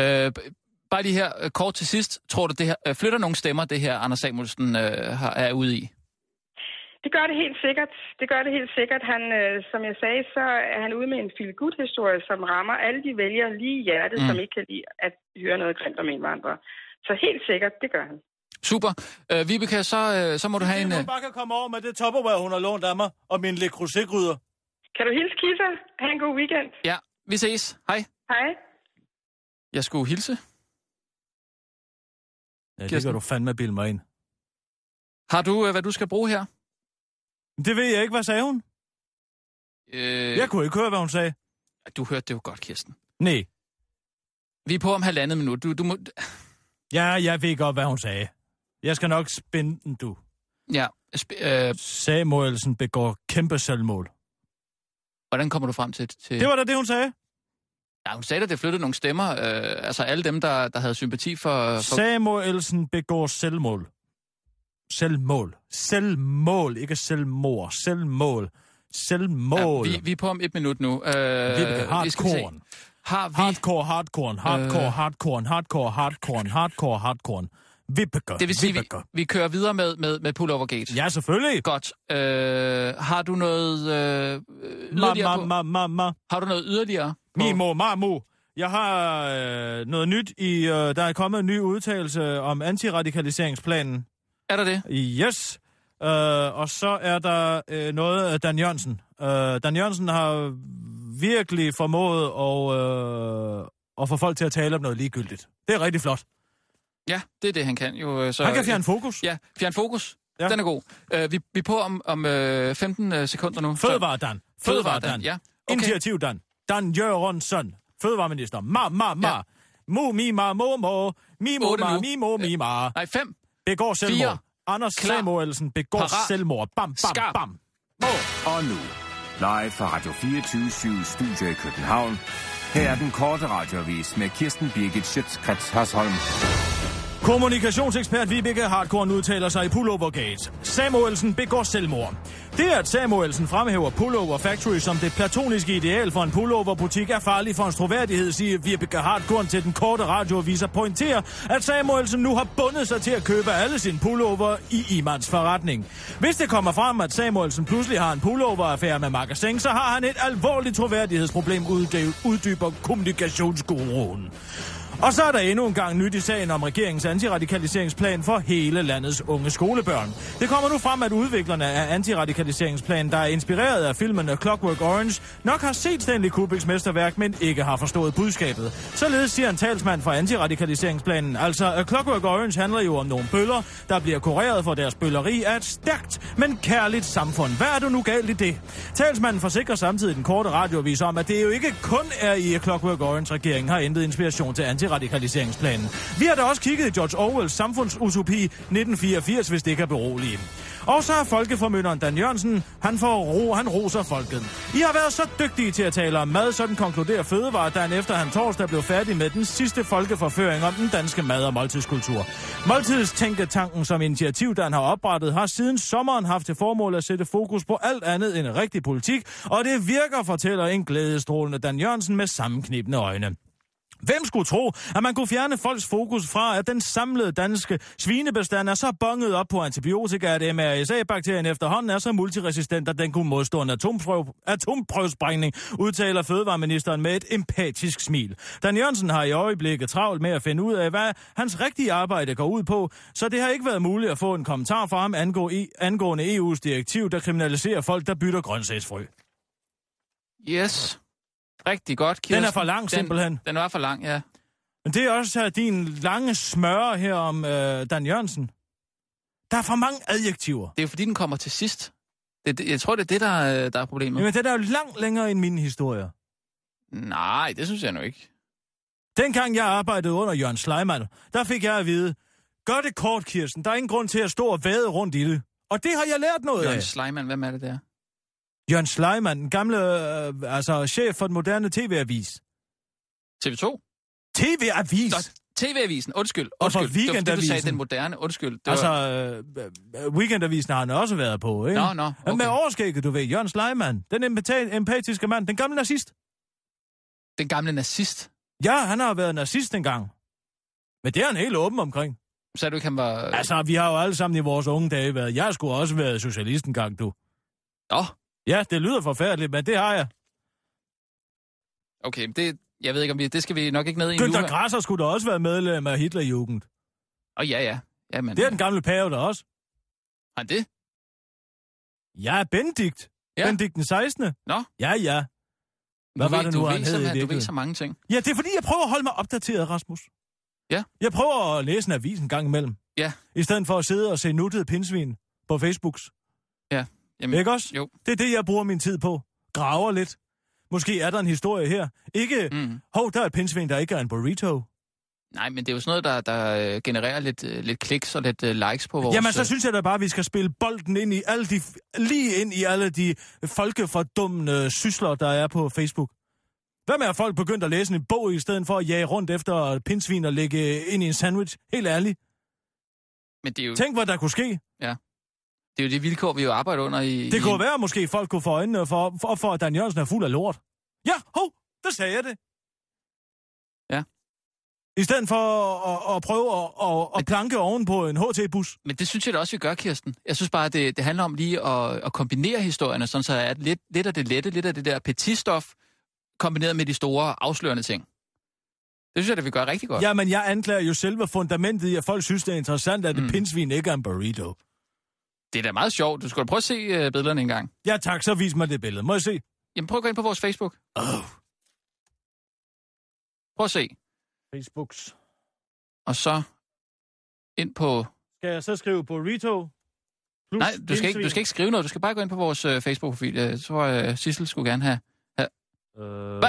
E: Øh, b- bare lige her øh, kort til sidst. Tror du, det her, øh, flytter nogle stemmer, det her Anders Samuelsen øh, har, er ude i?
I: Det gør det helt sikkert. Det gør det helt sikkert. Han, øh, som jeg sagde, så er han ude med en feel good historie som rammer alle de vælgere lige i hjertet,
E: Mm.
I: mm. som ikke kan lide at høre noget grimt om indvandrere. Så helt sikkert, det gør han.
E: Super. Øh, Vibeke, så, øh, så må du have en...
D: Det,
E: Øh,
D: hun bare kan komme over med det topperware, hun har lånt af mig, og min Le Creuset-gryder.
I: Kan du hilse Kisser? Ha' en god weekend.
E: ja, vi ses. Hej.
I: Hej.
E: Jeg skulle hilse.
D: Ja, det
E: Kirsten.
D: kan du fandme bilde mig ind.
E: Har du, øh, hvad du skal bruge her?
D: Det ved jeg ikke, hvad sagde hun?
E: Øh,
D: Jeg kunne ikke høre, hvad hun sagde.
E: Du hørte det jo godt, Kirsten.
D: Nej.
E: Vi er på om halvandet minut. Du, du må,
D: Ja, jeg ved godt, hvad hun sagde. Jeg skal nok spænde den, du.
E: ja, sp- øh,
D: Samuelsen begår kæmpe selvmål.
E: hvordan kommer du frem til... til...
D: Det var da det, hun sagde.
E: Ja, hun sagde, at det flyttede nogle stemmer. Øh, altså alle dem, der, der havde sympati for... for...
D: Samuelsen begår selvmål. Selvmål. Selvmål, ikke selvmord. Selvmål. Selvmål.
E: Ja, vi, vi er på om et minut nu. Øh,
D: Vibeke,
E: vi Øh. skal se.
D: hardcore.
E: Har vi...
D: Hardcore, hardcore, hardcore, hardcore, hardcore, hardcore, hardcore, hardcore. Vibeke,
E: Det vil sige, vi,
D: Vibeke.
E: vi kører videre med, med, med Pullover Gate.
D: Ja, selvfølgelig.
E: Godt. Øh, har du noget øh,
D: Ma,
E: yderligere?
D: ma,
E: på-
D: ma, ma, ma.
E: Har du noget yderligere? på-
D: Mimo, marmo. Jeg har øh, noget nyt i... Øh, der er kommet en ny udtalelse om antiradikaliseringsplanen.
E: Er der det?
D: Yes. Øh, og så er der øh, noget af Dan Jørgensen. Øh, Dan Jørgensen har virkelig formået at, øh, at få folk til at tale om noget ligegyldigt. Det er rigtig flot.
E: Ja, det er det, han kan jo. øh, Så,
D: Han kan fjerne fokus.
E: Ja, fjern fokus. Ja.
D: Ja.
E: Den er god. Øh, vi, vi er på om, om øh, 15 øh, sekunder nu. Så-
D: Fødevare, Dan. Fødevare, Dan.
E: Ja. Okay.
D: Initiativ, Dan. Dan Jørgensen. Fødevareminister. Ma, ma, ma.
E: Ja.
D: Ja. Mu, mi, ma, mo, mo. Mi, mo,
E: Otte
D: ma,
E: nu.
D: mi, mo, mi, ma.
E: Nej, 5,
D: Begår selvmord.
E: Fire.
D: Anders
E: Klar.
D: Samuelsen begår
E: Parat.
D: selvmord. Bam, bam,
E: Skarp.
D: bam.
F: Og nu, live fra Radio 24 Studio i København. Her er den korte radiovis med Kirsten Birgit Schøtzgrads Hasholm.
D: Kommunikationsekspert Vibeke Hardkorn udtaler sig i Pullovergate. Samuelsen begår selvmord. Det, at Samuelsen fremhæver Pullover Factory som det platoniske ideal for en pulloverbutik, er farligt for hans troværdighed, siger Vibeke Hardkorn til den korte radioavis og pointerer, at Samuelsen nu har bundet sig til at købe alle sine pullover i Imans forretning. Hvis det kommer frem, at Samuelsen pludselig har en pullover-affære med magasin, så har han et alvorligt troværdighedsproblem, uddyb- uddyber kommunikationsguruen. Og så er der endnu en gang nyt i sagen om regeringens antiradikaliseringsplan for hele landets unge skolebørn. Det kommer nu frem, at udviklerne af antiradikaliseringsplanen, der er inspireret af filmen A Clockwork Orange, nok har set Stanley Kubricks mesterværk, men ikke har forstået budskabet. Således siger en talsmand for antiradikaliseringsplanen, altså A Clockwork Orange handler jo om nogle bøller, der bliver kureret for deres bølleri af et stærkt, men kærligt samfund. Hvad er du nu galt i det? Talsmanden forsikrer samtidig den korte radiovis om, at det jo ikke kun er i A Clockwork Orange regeringen har hentet inspiration til antiradikaliseringsplanen. Vi har da også kigget i George Orwells samfundsutopi 1984, hvis det ikke er beroligende. Og så er folkeformynderen Dan Jørgensen, han, får ro, han roser folket. I har været så dygtige til at tale om mad, sådan konkluderer fødevaredagen efter han torsdag blev færdig med den sidste folkeforføring om den danske mad- og måltidskultur. Måltidstænketanken som initiativ, Dan har oprettet, har siden sommeren haft til formål at sætte fokus på alt andet end rigtig politik, og det virker, fortæller en glædestrålende Dan Jørgensen med sammenknibende øjne. Hvem skulle tro, at man kunne fjerne folks fokus fra, at den samlede danske svinebestand er så bonget op på antibiotika, at MRSA-bakterien efterhånden er så multiresistent, at den kunne modstå en atomprøv, atomprøvsprængning, udtaler fødevareministeren med et empatisk smil. Dan Jørgensen har i øjeblikket travlt med at finde ud af, hvad hans rigtige arbejde går ud på, så det har ikke været muligt at få en kommentar fra ham angå i, angående EU's direktiv, der kriminaliserer folk, der bytter grøntsagsfrø.
E: Yes. Rigtig godt, Kirsten.
D: Den er for lang, simpelthen.
E: Den var for lang, ja.
D: Men det er også øh, din lange smøre her om øh, Dan Jørgensen. Der er for mange adjektiver.
E: Det er jo fordi, den kommer til sidst. Det, det- jeg tror, det er det, der, er- der er problemet.
D: Jamen, den er jo langt længere end mine historier.
E: Nej, det synes jeg nu ikke.
D: Dengang jeg arbejdede under Jørgen Sleiman, der fik jeg at vide, gør det kort, Kirsten, der er ingen grund til at stå og vade rundt i det. Og det har jeg lært noget
E: Jørgen
D: af.
E: Sleiman, hvem er det der?
D: Jørgen Sleiman, den gamle, øh, altså chef for den moderne tv-avis.
E: TV2?
D: TV-avis?
E: Nå, TV-avisen, undskyld.
D: for
E: undskyld. det var fordi, du sagde
D: Weekendavisen.
E: den moderne, undskyld. Det
D: Altså,
E: var...
D: øh, øh, weekendavisen har han også været på, ikke?
E: Nå, nå,
D: Med
E: okay.
D: overskægget, du ved, Jørgen Sleiman, den empata- empatiske mand, den gamle nazist.
E: Den gamle nazist.
D: Ja, han har været nazist engang. Men det er han helt åben omkring.
E: Sagde du ikke, han var...
D: Altså, vi har jo alle sammen i vores unge dage været... Jeg skulle også været socialist engang, du.
E: Nå,
D: Ja, det lyder forfærdeligt, men det har jeg.
E: okay, det... Jeg ved ikke, om vi... Det skal vi nok ikke ned i nu.
D: Günther Grasser skulle da også være medlem af Hitlerjugend.
E: Åh, ja, ja. Jamen,
D: Det er den gamle pave der også.
E: Har han det?
D: Jeg er Benedikt.
E: Ja.
D: Ja. Benedikt den 16.
E: Nå.
D: Ja, ja. Hvad
E: du
D: var
E: ved,
D: det
E: du
D: nu,
E: ved,
D: han hed
E: så,
D: i
E: meget- Du ved
D: virkeligheden?
E: så mange ting.
D: Ja, det er fordi, jeg prøver at holde mig opdateret, Rasmus.
E: Ja.
D: Jeg prøver at læse en avis en gang imellem.
E: Ja.
D: I stedet for at sidde og se nuttede pindsvin på Facebooks.
E: Jamen,
D: Ikke også?
E: Jo.
D: Det er det, jeg bruger min tid på. Graver lidt. Måske er der en historie her. Ikke, mm.
E: Mm.
D: hov, der er et pindsvin, der ikke er en burrito.
E: Nej, men det er jo sådan noget, der, der øh, genererer lidt, øh, lidt kliks og lidt øh, likes på vores...
D: Jamen, så
E: øh,
D: synes jeg da bare, at vi skal spille bolden ind i alle de, lige ind i alle de folkefordummende sysler, der er på Facebook. Hvad med, at folk begyndte at læse en bog, i stedet for at jage rundt efter pindsvin og lægge ind i en sandwich? Helt ærligt.
E: Men det er, jo,
D: Tænk, hvad der kunne ske.
E: det er jo de vilkår, vi jo arbejder under i...
D: Det
E: i,
D: kunne være, at måske folk kunne få øjnene for, for, for at Dan Jørgensen er fuld af lort. Ja, hov, der sagde jeg det.
E: Ja.
D: I stedet for at, at prøve at, at, at planke oven på en HT-bus.
E: Men det synes jeg da også, vi gør, Kirsten. Jeg synes bare, det, det handler om lige at, at kombinere historierne, sådan så at lidt, lidt af det lette, lidt af det der petitstof, kombineret med de store afslørende ting. Det synes jeg, at vi gør rigtig godt.
D: Jamen, jeg anklager jo selve fundamentet i, at folk synes, det er interessant, at mm.
E: Mm.
D: et pindsvin ikke er en burrito.
E: Det er da meget sjovt. Du skulle da prøve at se øh, billederne en gang.
D: Ja tak, så vis mig det billede. Må jeg se?
E: Jamen prøv at gå ind på vores Facebook.
D: Oh.
E: Prøv at se.
D: Facebooks.
E: Og så ind på...
D: Skal jeg så skrive burrito? Plus
E: Nej, du skal, ikke, du skal ikke skrive noget. Du skal bare gå ind på vores øh, Facebook-profil. Jeg tror, øh, Sissel skulle gerne have...
D: Øh,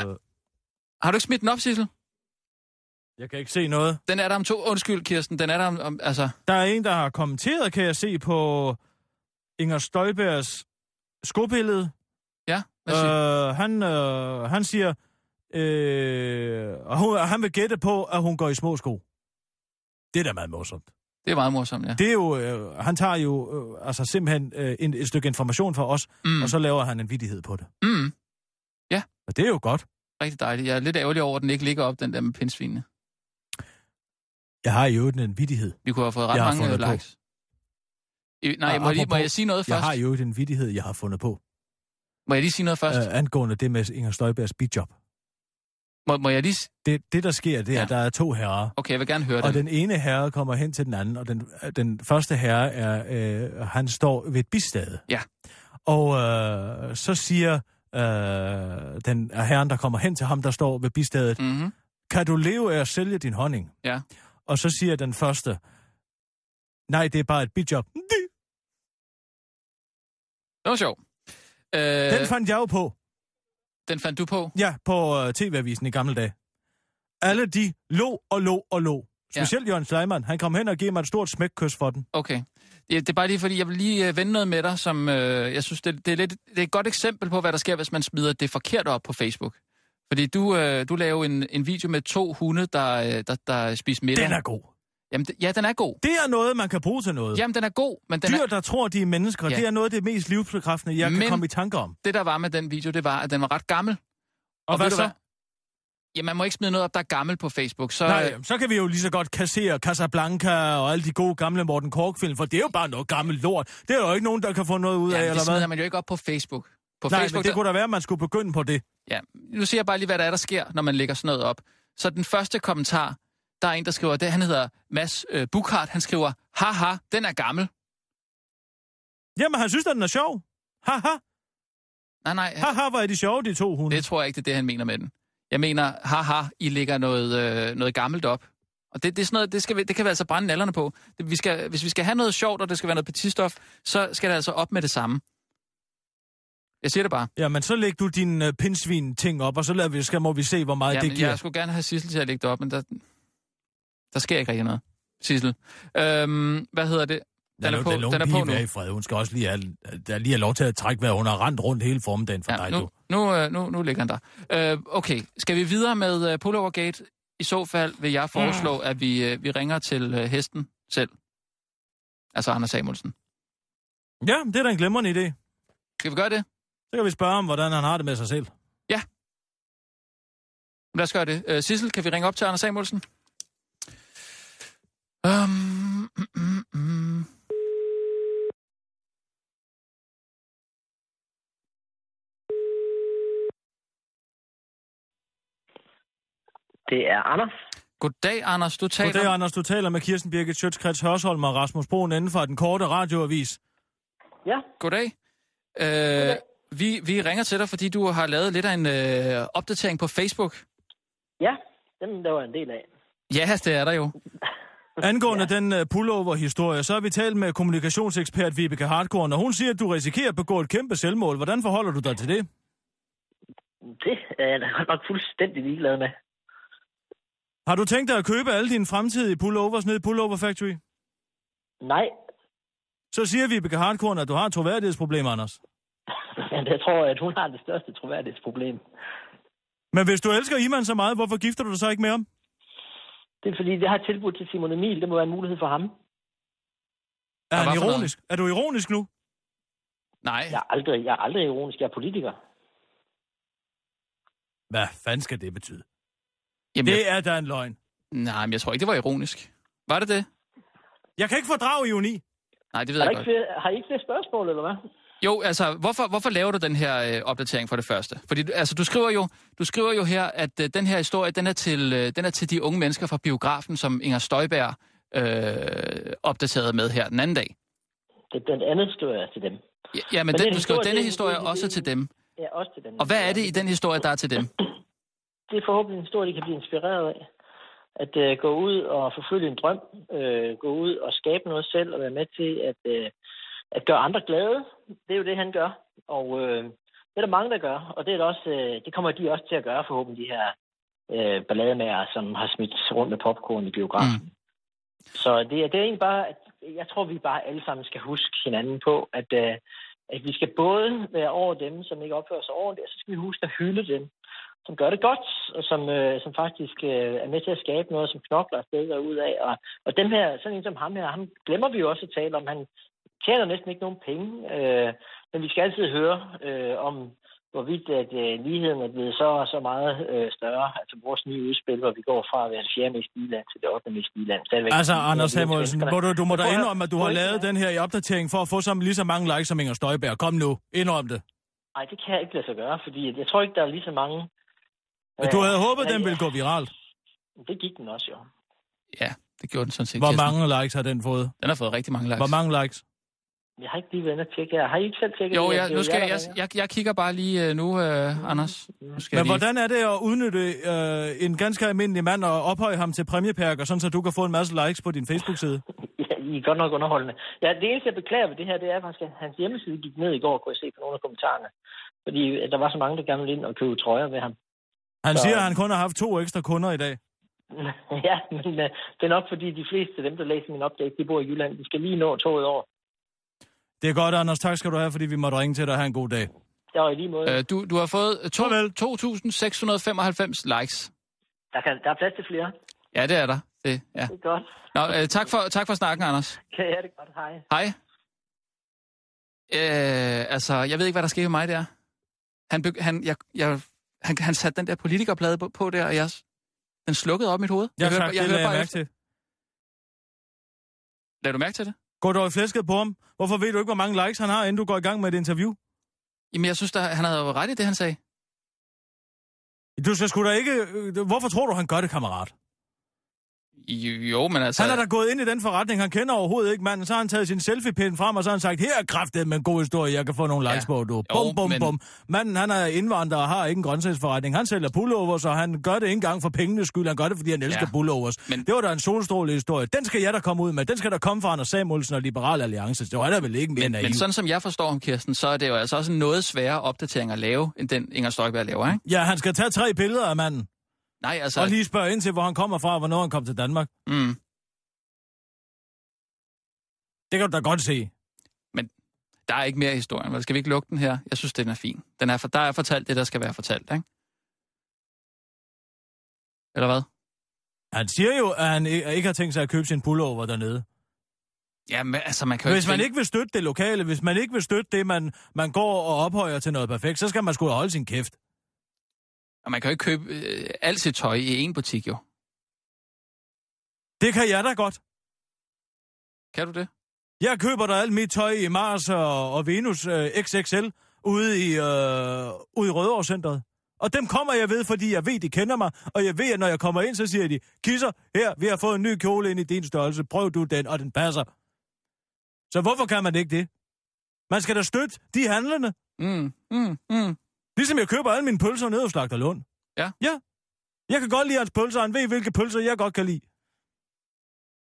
E: Har du ikke smidt den op, Sissel?
D: jeg kan ikke se noget.
E: Den er der om to... Undskyld, Kirsten. Den er der om... om altså...
D: Der er en, der har kommenteret, kan jeg se, på Inger Støjbergs skobillede.
E: Ja, hvad siger
D: Øh, han, øh, han siger, øh, og hun, og han vil gætte på, at hun går i små sko. Det er da meget morsomt.
E: Det er meget morsomt, ja.
D: Det er jo, øh, han tager jo øh, altså simpelthen øh, en, et stykke information fra os, mm.
E: Mm,
D: og så laver han en vidighed på det.
E: mm.
D: Og det er jo godt.
E: Rigtig dejligt. Jeg er lidt ærgerlig over, at den ikke ligger op, den der med pindsvinene.
D: Jeg har i øvrigt en vidighed.
E: Vi kunne have fået ret
D: Jeg har
E: mange
D: fundet
E: øh,
D: på.
E: likes. I, nej,
D: Og
E: må, jeg lige, må
D: apropos,
E: jeg sige noget
D: Jeg
E: først?
D: har i øvrigt en vidighed, jeg har fundet på.
E: Må jeg lige sige noget først?
D: øh, angående det med Inger Støjbergs bidjob.
E: Må, må jeg lige... s-
D: Det, det der sker, det er,
E: Ja.
D: at der er to herrer.
E: Okay, jeg vil gerne høre
D: Og
E: det.
D: den ene herre kommer hen til den anden, og den, den første herre er, øh, han står ved et bistade.
E: Ja.
D: Og øh, så siger øh, den herren, der kommer hen til ham, der står ved bistadet, mm.
E: Mm-hmm.
D: kan du leve af at sælge din honning?
E: Ja.
D: Og så siger den første, nej, det er bare et bidjob.
E: Det var sjovt. Øh, den,
D: Den fandt jeg jo på.
E: den fandt du på?
D: Ja, på øh, tv-avisen i gamle dage. Alle de lå og lå og lå.
E: Ja.
D: Specielt ja. Jørgen Sleiman. Han kom hen og gav mig et stort smækkys for den.
E: Okay. Ja, Det er bare lige fordi, jeg vil lige øh, vende noget med dig, som øh, jeg synes, det, det, er lidt, det er et godt eksempel på, hvad der sker, hvis man smider det forkert op på Facebook. Fordi du, øh, du lavede en, en video med to hunde, der, øh, der, der spiser middag.
D: Den er god.
E: Jamen, det, ja, den er god.
D: Det er noget, man kan bruge til noget.
E: Jamen, den er god, men den
D: Den Dyr,
E: er,
D: der tror, de er mennesker,
E: Ja.
D: ja. det er noget af det mest livsbekræftende, jeg men...
E: Men-
D: kan komme i tanke om.
E: det der var med den video, det var, at den var ret gammel.
D: Og, og
E: ved
D: hvad
E: du
D: så?
E: Ja, man må ikke smide noget op, der er gammel på Facebook. Så,
D: Nej,
E: øh,
D: jamen, så kan vi jo lige så godt kassere Casablanca og alle de gode gamle Morten Kork-film, for det er jo bare noget gammelt lort. Det er der jo ikke nogen, der kan få noget ud af,
E: jamen, det
D: eller hvad?
E: smider man jo ikke op på Facebook. På
D: Nej,
E: Facebook,
D: men det kunne da være, at man skulle begynde på det.
E: Ja, nu siger jeg bare lige, hvad der er, der sker, når man lægger sådan noget op. Så den første kommentar, der er en, der skriver, det, han hedder Mads øh, Bukhardt, han skriver, haha, den er gammel.
D: Jamen, han synes, at den er sjov. Haha,
E: Nej, nej, han,
D: haha, hvor er de sjove, de to hunde.
E: det tror jeg ikke, det er det, han mener med den. Jeg mener, haha, I lægger noget, øh, noget gammelt op. Og det, det, er sådan noget, det, skal vi, det kan vi altså brænde nallerne på. Det, vi skal, hvis vi skal have noget sjovt, og det skal være noget petistof, så skal det altså op med det samme. Jeg siger det bare.
D: Jamen, så læg du din øh, pindsvin-ting op, og så lader vi, skal, må vi se, hvor meget
E: Ja,
D: det
E: men
D: giver.
E: jeg skulle gerne have Sissel til at lægge det op, men der, der sker ikke rigtig noget. Sissel. Øhm, hvad hedder det? Den er
D: jo-
E: på,
D: lå
E: den er
D: pige
E: på nu.
D: være i fred. Hun skal også lige have, der lige have lov til at trække, hvad hun har rendt rundt hele formiddagen for dig, du.
E: nu, nu, øh, nu, nu ligger han der. Øh, okay, skal vi videre med øh, Pullovergate? I så fald vil jeg foreslå, at vi, øh, vi ringer til øh, hesten selv. Altså Anders Samuelsen.
D: Ja, det er da en glemrende idé.
E: Skal vi gøre det?
D: Så kan vi spørge om, hvordan han har det med sig selv.
E: Lad os gøre det. Øh, Sissel, kan vi ringe op til Anders Samuelsen? Um, mm, mm, mm.
H: Det er Anders.
E: Goddag, Anders. Du taler...
D: Goddag, Anders. Du taler med Kirsten Birgit Sjøtskrets Hørsholm og Rasmus Broen inden for den korte radioavis.
H: Ja,
E: Goddag. Øh, Goddag. Vi, vi ringer til dig, fordi du har lavet lidt af en øh, opdatering på Facebook.
H: ja. Dem, der var en del af.
E: Ja, det er der jo.
D: Angående ja. den øh, pullover-historie, så har vi talt med kommunikationsekspert Vibeke Hardkorn, og hun siger, at du risikerer at begå et kæmpe selvmål. Hvordan forholder du dig til det?
H: Det er jeg da godt nok fuldstændig ligeglad med.
D: Har du tænkt dig at købe alle dine fremtidige pullovers ned i Pullover Factory?
H: Nej,
D: Så siger Vibeke Hardkorn, at du har et troværdighedsproblem, Anders.
H: men jeg tror, at hun har det største troværdighedsproblem.
D: Men hvis du elsker Iman så meget, hvorfor gifter du dig så ikke med ham?
H: Det er fordi, det har tilbudt til Simon Emil. Det må være en mulighed for ham.
D: Er
E: hvad
D: han
E: for noget?
D: ironisk? Er du ironisk nu?
E: Nej,
H: Jeg er aldrig, jeg er aldrig ironisk. Jeg er politiker.
D: Hvad fanden skal det betyde?
E: jamen, jeg,
D: Det er da en løgn.
E: nej, men jeg tror ikke, det var ironisk. Var det det?
D: Jeg kan ikke fordrage ironi.
E: Nej, det ved
H: Har,
E: jeg
H: der ikke
E: godt.
H: flere, har I ikke flere spørgsmål, eller hvad?
E: Jo, altså, hvorfor, hvorfor laver du den her øh, opdatering for det første? Fordi altså, du, skriver jo, du skriver jo her, at øh, den her historie, den er, til, øh, den er til de unge mennesker fra biografen, som Inger Støjberg øh, opdaterede med her den anden dag.
H: Det er blandt andet skriver jeg til dem.
E: Ja, ja men
H: Men
E: den,
H: den
E: du skriver,
H: historie,
E: denne
H: det-
E: historie
H: det- det-
E: også er til dem.
H: Ja, også til dem.
E: Og hvad er det i den historie, der er til dem?
H: Det er forhåbentlig en historie, de kan blive inspireret af. At øh, gå ud og forfølge en drøm. Øh, gå ud og skabe noget selv og være med til at, øh, at gøre andre glade. Det er jo det, han gør. Og øh, det er der mange, der gør. Og det, er der også, øh, det kommer de også til at gøre, forhåbentlig, de her øh, ballademager, som har smidt rundt med popcorn i biografen. Mm. Så det, er- det er egentlig bare, at jeg tror, vi bare alle sammen skal huske hinanden på, at, øh, at vi skal både være over dem, som ikke opfører sig ordentligt, og så skal vi huske at hylde dem, som gør det godt, og som, øh, som faktisk øh, er med til at skabe noget, som knokler afsted og ud af. Og, og dem her, sådan en som ham her, ham glemmer vi jo også at tale om. Han tjener næsten ikke nogen penge, øh, men vi skal altid høre øh, om, hvorvidt at øh, ligheden er blevet så og så meget øh, større. Altså vores nye udspil, hvor vi går fra at være det fjerde mest biland til det ottende mest biland. Stadigvæk-
D: Altså, Anders
H: Stadigvæk-
D: Samuelsen, må du, du må da
H: øh, Prøv at-
D: indrømme, at du
H: prøv
D: har
H: at-
D: lavet den her i opdatering for at få som, lige så mange likes som Inger Støjberg. Kom nu, indrøm det.
H: Nej, det kan jeg ikke lade sig gøre, fordi jeg tror ikke, der er lige så mange
D: Men Du havde håbet, den ville gå viralt.
J: Det gik den også, jo.
E: Ja, det gjorde den sådan set.
D: Hvor
E: Kirsten. Altså,
D: mange likes har den fået?
E: Den har fået rigtig mange likes.
D: Hvor mange likes?
J: Jeg har ikke lige været inde og tjekke her. Har I ikke selv tjekket
E: Jo,
J: det?
E: jeg,
J: Det er
E: nu skal
J: jer,
E: jeg,
J: der
E: jeg,
J: ringer.
E: jeg, jeg kigger bare lige øh, nu, øh, Anders. Nu skal
D: Men
E: jeg lige-
D: hvordan er det at udnytte øh, en ganske almindelig mand og ophøje ham til præmiepærker, sådan så du kan få en masse likes på din Facebook-side?
J: Ja, I er godt nok underholdende. Ja, det eneste, jeg beklager ved det her, det er faktisk, at hans hjemmeside gik ned i går, kunne jeg se på nogle af kommentarerne. Fordi at der var så mange, der gerne ville ind og købe trøjer ved ham.
D: Han
J: Så-
D: siger, at han kun har haft to ekstra kunder i dag.
J: ja, men øh, det er nok fordi, de fleste af dem, der læser min opdagelse, de bor i Jylland. De skal lige nå toget over.
D: Det er godt, Anders. Tak skal du have, fordi vi måtte ringe til dig. Ha' en god dag.
J: Der var i lige måde.
E: Øh, du, du har fået to, 2.695 likes.
J: Der, kan, der er plads til flere.
E: Ja, det er der. Det, ja.
J: Det er godt.
E: Nå, øh, tak, for, tak for snakken, Anders.
J: Kan jeg det er godt? Hej.
E: Hej. Øh, altså, jeg ved ikke, hvad der skete med mig der. Han, begy- han, jeg, jeg, han, han satte den der politikerplade på, på der, og jeg, den slukkede op i mit hoved.
D: Ja, tak. det lagde jeg mærke
E: efter.
D: til.
E: Lagde du mærke til det?
D: Gå dog i flæsket på ham. Hvorfor ved du ikke, hvor mange likes han har, inden du går i gang med et interview?
E: Jamen, jeg synes, der, han havde jo ret i det, han sagde.
D: Du skal sgu da ikke... øh, Hvorfor tror du, han gør det, kammerat?
E: Jo, men altså...
D: Han er da gået ind i den forretning, han kender overhovedet ikke manden. Så har han taget sin selfie-pind frem, og så har han sagt, her er kraftet med en god historie, jeg kan få nogle likes
E: Ja.
D: på, du.
E: Jo,
D: Bum, bum,
E: men-
D: bum. Manden, han er indvandrer og har ikke en grøntsagsforretning. Han sælger pullovers, og han gør det ikke engang for pengenes skyld. Han gør det, fordi han elsker
E: Ja.
D: pullovers.
E: Men-
D: Det var da en solstrålehistorie. Den skal jeg da komme ud med. Den skal der komme fra Anders Samuelsen og Liberal Alliance. Det var da vel ikke mere
E: Men,
D: naiv.
E: men sådan som jeg forstår om Kirsten, så er det jo altså også en noget sværere opdatering at lave, end den Inger Støjberg laver, ikke?
D: Ja, han skal tage tre billeder af manden,
E: Nej, altså...
D: og lige spørge ind til, hvor han kommer fra, og hvornår han kom til Danmark.
E: mm,
D: Det kan du da godt se.
E: der er ikke mere i historien, vel? Skal vi ikke lukke den her? Jeg synes, den er fin. Den er for, der er fortalt det, der skal være fortalt, ikke? Eller hvad?
D: Han siger jo, at han i- ikke har tænkt sig at købe sin pullover dernede.
E: Jamen, altså, man kan jo
D: Hvis man
E: tænke-
D: ikke vil støtte det lokale, hvis man ikke vil støtte det, man, man går og ophøjer til noget perfekt, så skal man sgu da holde sin kæft.
E: Og man kan jo ikke købe øh, alt sit tøj i én butik, jo.
D: Det kan jeg da godt.
E: Kan du det?
D: Jeg køber da alt mit tøj i Mars og, og Venus øh, XXL ude i, øh, ude i Rødovrecenteret. Og dem kommer jeg ved, fordi jeg ved, de kender mig. Og jeg ved, at når jeg kommer ind, så siger de, Kisser, her, vi har fået en ny kjole ind i din størrelse. Prøv du den, og den passer. Så hvorfor kan man ikke det? Man skal da støtte de handlende.
E: Mm, mm, mm.
D: Ligesom jeg køber alle mine pølser nede hos Slagter Lund.
E: Ja.
D: Ja. Jeg kan godt lide hans pølser, han ved, hvilke pølser jeg godt kan lide.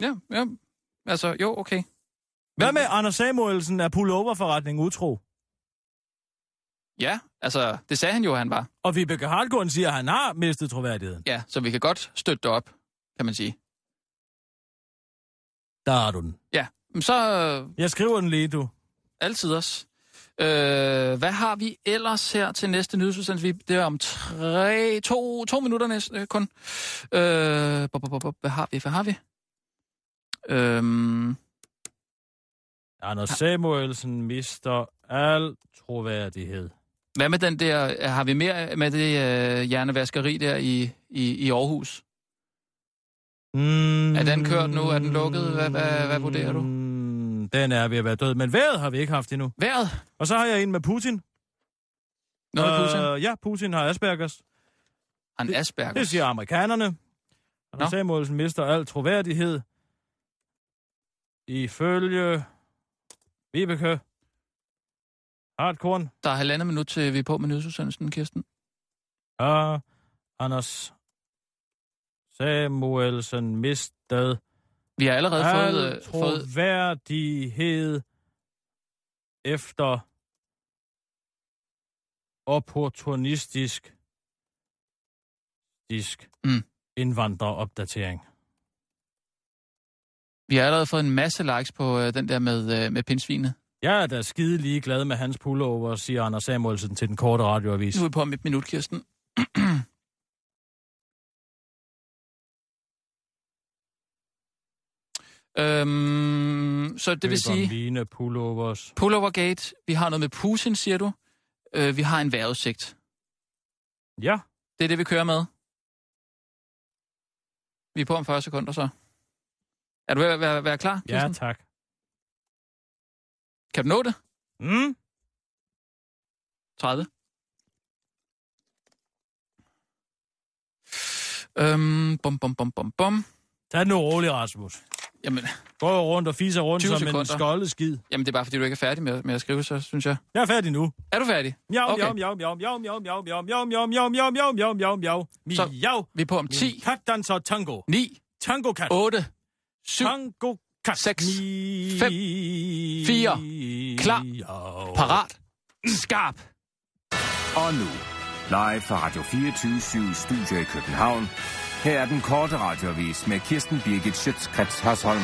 E: Ja, ja. Altså, jo, okay.
D: Hvad
E: Men-
D: med Anders Samuelsen af pulloverforretningen Utro?
E: Ja, altså, det sagde han jo, han var.
D: Og Vibeke Hartgården siger, at han har mistet troværdigheden.
E: Ja, så vi kan godt støtte det op, kan man sige.
D: Der har du den.
E: Ja, men så øh,
D: Jeg skriver den lige, du.
E: altid os. Øh, hvad har vi ellers her til næste nyhedsudsendelse? Vi- Det er om tre, to, to minutter næsten øh, kun. Øh, bop, bop, bop, bop, hvad har vi? Hvad har vi? Øhm,
D: Anders Samuelsen mister al troværdighed.
E: hvad med den der, øh, har vi mere med det øh, hjernevaskeri der i, i, i Aarhus?
D: Mm.
E: Er den kørt nu? Er den lukket? Hvad- hvad- hvad vurderer du?
D: Mm, Den er ved at være død, men vejret har vi ikke haft endnu.
E: Været?
D: Og så har jeg en med Putin.
E: Noget med Putin?
D: Øh, ja, Putin har Aspergers.
E: Han Asperger.
D: Det siger amerikanerne. Anders
E: Nå.
D: Samuelsen mister al troværdighed. Ifølge Vibeke Hardkorn
E: Der er halvandet minut til, vi er på med nyhedsudsendelsen, Kirsten.
D: har Anders Samuelsen mistet
E: Vi har allerede fået,
D: al
E: øh, fået...
D: troværdighed efter opportunistisk disk
E: Mm.
D: indvandreropdatering.
E: Vi har allerede fået en masse likes på øh, den der med, øh, med pindsvinet.
D: Jeg er da skide lige glad med hans pullover, siger Anders Samuelsen til den korte radioavis.
E: Nu er vi på om et minut, Kirsten. øhm, så det vil sige,
D: Mine pullovers.
E: Pullovergate, vi har noget med Putin, siger du. Øh, vi har en vejrudsigt.
D: Ja,
E: Det er det, vi kører med. Vi er på om 40 sekunder så. Er du ved at være, være klar,
D: ja
E: Kirsten?
D: tak.
E: Kan du nå det?
D: Mm?
E: 30. Øhm, bum, bum, bum, bum, bum.
D: Tag den nu roligt, Rasmus.
E: Jamen,
D: Gå rundt og fiser rundt
E: 20
D: som en
E: sekunder.
D: skoldet skid.
E: jamen, det er bare, fordi du ikke er færdig med, med at skrive, så synes jeg.
D: Jeg er færdig nu.
E: Er du færdig?
D: Miau,
E: Okay.
D: miau, miau, miau, miau, miau, miau, miau, miau, miau, miau, miau, miau, miau, miau, miau.
E: Så-
D: Miau.
E: Vi er på om 10,
D: Min Kat danser tango.
E: 9,
D: Tango kat.
E: 8, 7,
D: Tango kat.
E: seks,
D: Mi-
E: fem, fire, klar,
D: Miau.
E: parat, skarp.
F: Og nu, live fra Radio 24 Studio i København. Her er den korte radiovis med Kirsten Birgit Schøtzgrads Hasholm.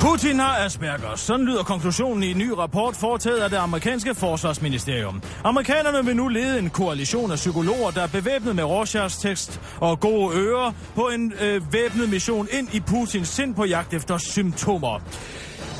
D: Putin har Asperger. Sådan lyder konklusionen i en ny rapport foretaget af det amerikanske forsvarsministerium. Amerikanerne vil nu lede en koalition af psykologer, der er bevæbnet med Rorschachs tekst og gode ører på en øh, væbnet mission ind i Putins sind på jagt efter symptomer.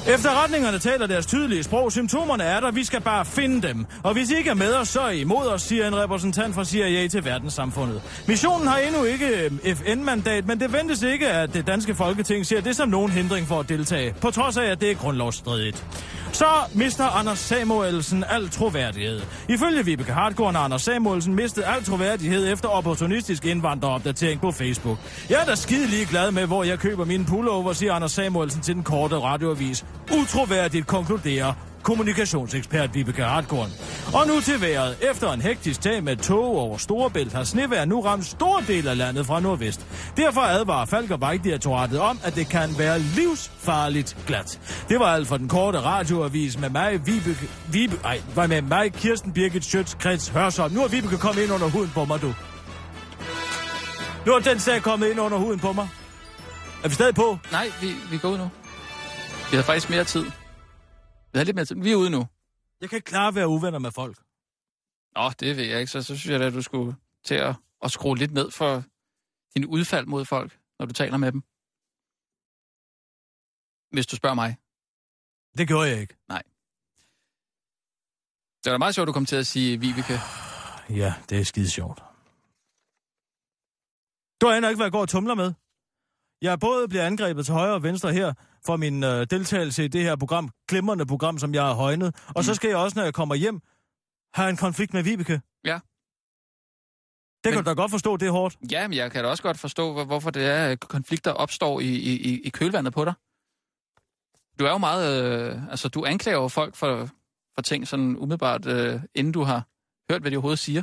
D: Efterretningerne taler deres tydelige sprog. Symptomerne er der. Vi skal bare finde dem. Og hvis I ikke er med os, så er I imod os, siger en repræsentant fra CIA til verdenssamfundet. Missionen har endnu ikke øh, FN-mandat, men det ventes ikke, at det danske folketing ser det som nogen hindring for at deltage, på trods af, at det er grundlovsstridigt. Så mister Anders Samuelsen al troværdighed. Ifølge Vibeke Hartkorn har Anders Samuelsen mistet al troværdighed efter opportunistisk indvandreropdatering på Facebook. Jeg er da skide ligeglad med, hvor jeg køber mine pullover, siger Anders Samuelsen til den korte radioavis. Utroværdigt konkluderer kommunikationsekspert Vibeke Hartkorn. Og nu til vejret. Efter en hektisk dag med tog over Storebælt har snevejr nu ramt stor del af landet fra nordvest. Derfor advarer Falk og Vejdirektoratet om, at det kan være livsfarligt glat. Det var alt for den korte radioavis med mig, Vibeke... Vibe, ej, var med mig, Kirsten Birgit Schøtz, Krets Hørsholm. Nu er Vibeke kommet ind under huden på mig, du. Nu er den sag kommet ind under huden på mig. Er vi stadig på?
E: Nej, vi, vi går ud nu. Vi havde faktisk mere tid. Vi havde lidt mere tid. Vi er ude nu.
D: Jeg kan ikke klare at være uvenner med folk.
E: Nå, det ved jeg ikke. Så, så synes jeg da, at du skulle til at, at skrue lidt ned for din udfald mod folk, når du taler med dem. Hvis du spørger mig.
D: Det gjorde jeg ikke.
E: Det var da meget sjovt, du kom til at sige Vibeke.
D: Ja, det er skide sjovt. Du aner ikke, hvad jeg går og tumler med. Jeg er både bliver angrebet til højre og venstre her for min øh, deltagelse i det her program, glimrende program, som jeg har højnet. Og mm. så skal jeg også, når jeg kommer hjem, have en konflikt med Vibeke.
E: Ja.
D: Det kan
E: Men-
D: du da godt forstå, det er hårdt.
E: Ja, men jeg kan da også godt forstå, hvor- hvorfor det er, at konflikter opstår i, i, i- i kølvandet på dig. Du er jo meget... Øh, altså, du anklager jo folk for, for ting sådan umiddelbart, øh, inden du har hørt, hvad de overhovedet siger.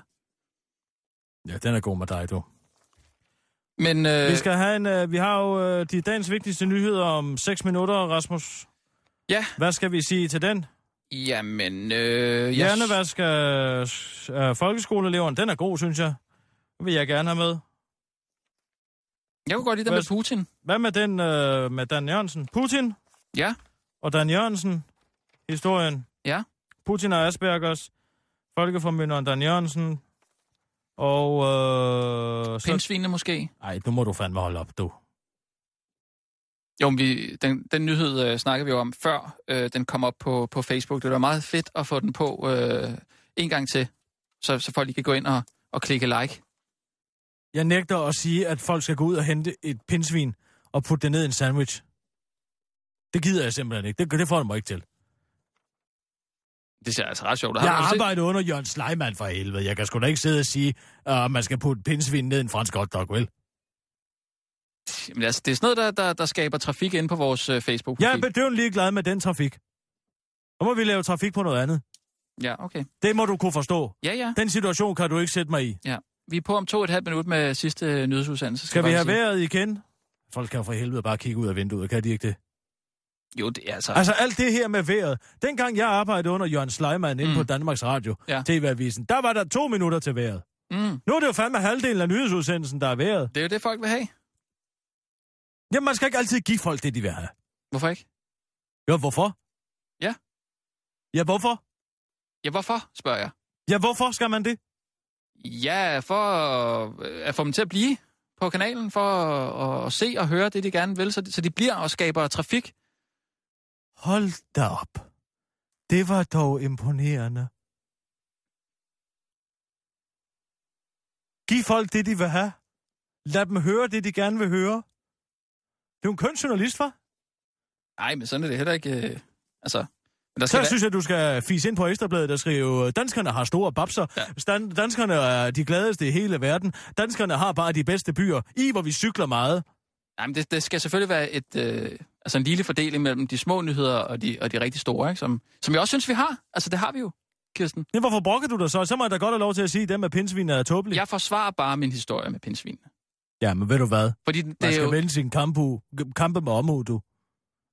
D: Ja, den er god med dig, du.
E: Men øh,
D: Vi, skal have en, øh, vi har jo øh, de dagens vigtigste nyheder om 6 minutter, Rasmus.
E: Ja.
D: Hvad skal vi sige til den?
E: jamen... Øh, jeg,
D: Hjernevask af af folkeskoleeleveren, øh, den er god, synes jeg. Den vil jeg gerne have med.
E: jeg kunne godt lide det med
D: Hvad-
E: Putin.
D: Hvad med den øh, med Dan Jørgensen? Putin
E: Ja,
D: og Dan Jørgensen, historien.
E: Ja.
D: Putin og Aspergers, folkeformynderen Dan Jørgensen, og... Øh, så...
E: pindsvinene måske.
D: Ej, nu må du fandme holde op, du.
E: Jo, men vi, den, den nyhed øh, snakkede vi jo om før øh, den kom op på, på Facebook. Det var meget fedt at få den på øh, en gang til, så, så folk lige kan gå ind og, og klikke like.
D: Jeg nægter at sige, at folk skal gå ud og hente et pindsvin og putte det ned i en sandwich. Det gider jeg simpelthen ikke. Det, det får du mig ikke til.
E: Det ser altså ret sjovt ud.
D: Jeg
E: Har du set-
D: arbejder under Jørgen Sleiman for helvede. Jeg kan sgu da ikke sidde og sige, at man skal putte pindsvin ned i en fransk hotdog, vel?
E: Jamen, altså, det er sådan noget, der, der, der skaber trafik ind på vores øh, facebook
D: Jeg er bedøvende ligeglad med den trafik. Så må vi lave trafik på noget andet.
E: Ja, okay.
D: Det må du kunne forstå.
E: Ja, ja.
D: Den situation kan du ikke sætte mig i.
E: Vi er på om to og et halvt minut med sidste øh, nyhedsudsendelse.
D: Skal
E: jeg
D: vi
E: bare
D: have
E: sige.
D: vejret igen? Folk kan jo for helvede bare kigge ud af vinduet, kan de ikke det?
E: Jo, det er altså...
D: Altså alt det her med vejret. Dengang jeg arbejdede under Jørgen Sleiman inde
E: Mm.
D: på Danmarks Radio,
E: Ja.
D: TV-avisen, der var der to minutter til vejret.
E: Mm,
D: Nu er det jo fandme halvdelen af nyhedsudsendelsen, der er vejret.
E: det er jo det, folk vil have.
D: Jamen, man skal ikke altid give folk det, de vil have.
E: Hvorfor ikke?
D: Jo, hvorfor?
E: Ja.
D: Ja, hvorfor?
E: Ja, hvorfor, spørger jeg.
D: Ja, hvorfor skal man det?
E: Ja, for øh, at få dem til at blive på kanalen, for at, at se og høre det, de gerne vil, så de, så de bliver og skaber trafik.
D: Hold da op. Det var dog imponerende. Giv folk det, de vil have. Lad dem høre det, de gerne vil høre. Det er jo en køn journalist, hva'?
E: Nej, men sådan er det heller ikke... Øh, altså, der
D: Så
E: skal
D: synes jeg, du skal fise ind på Ekstrabladet og skrive, danskerne har store babser,
E: Ja.
D: ja. danskerne er de gladeste i hele verden, danskerne har bare de bedste byer, i hvor vi cykler meget.
E: Jamen, det, det skal selvfølgelig være et, øh, altså en lille fordeling mellem de små nyheder og de, og de rigtig store, ikke? Som, som jeg også synes, vi har. Altså, det har vi jo, Kirsten.
D: Men hvorfor brokker du dig så? Så må jeg da godt have lov til at sige, at dem med pindsvin er tåbelige.
E: Jeg forsvarer bare min historie med pindsvin.
D: Ja, men ved du hvad?
E: Fordi det
D: Man
E: er
D: skal
E: jo...
D: vælge sin kampe, kampe med omhu, du.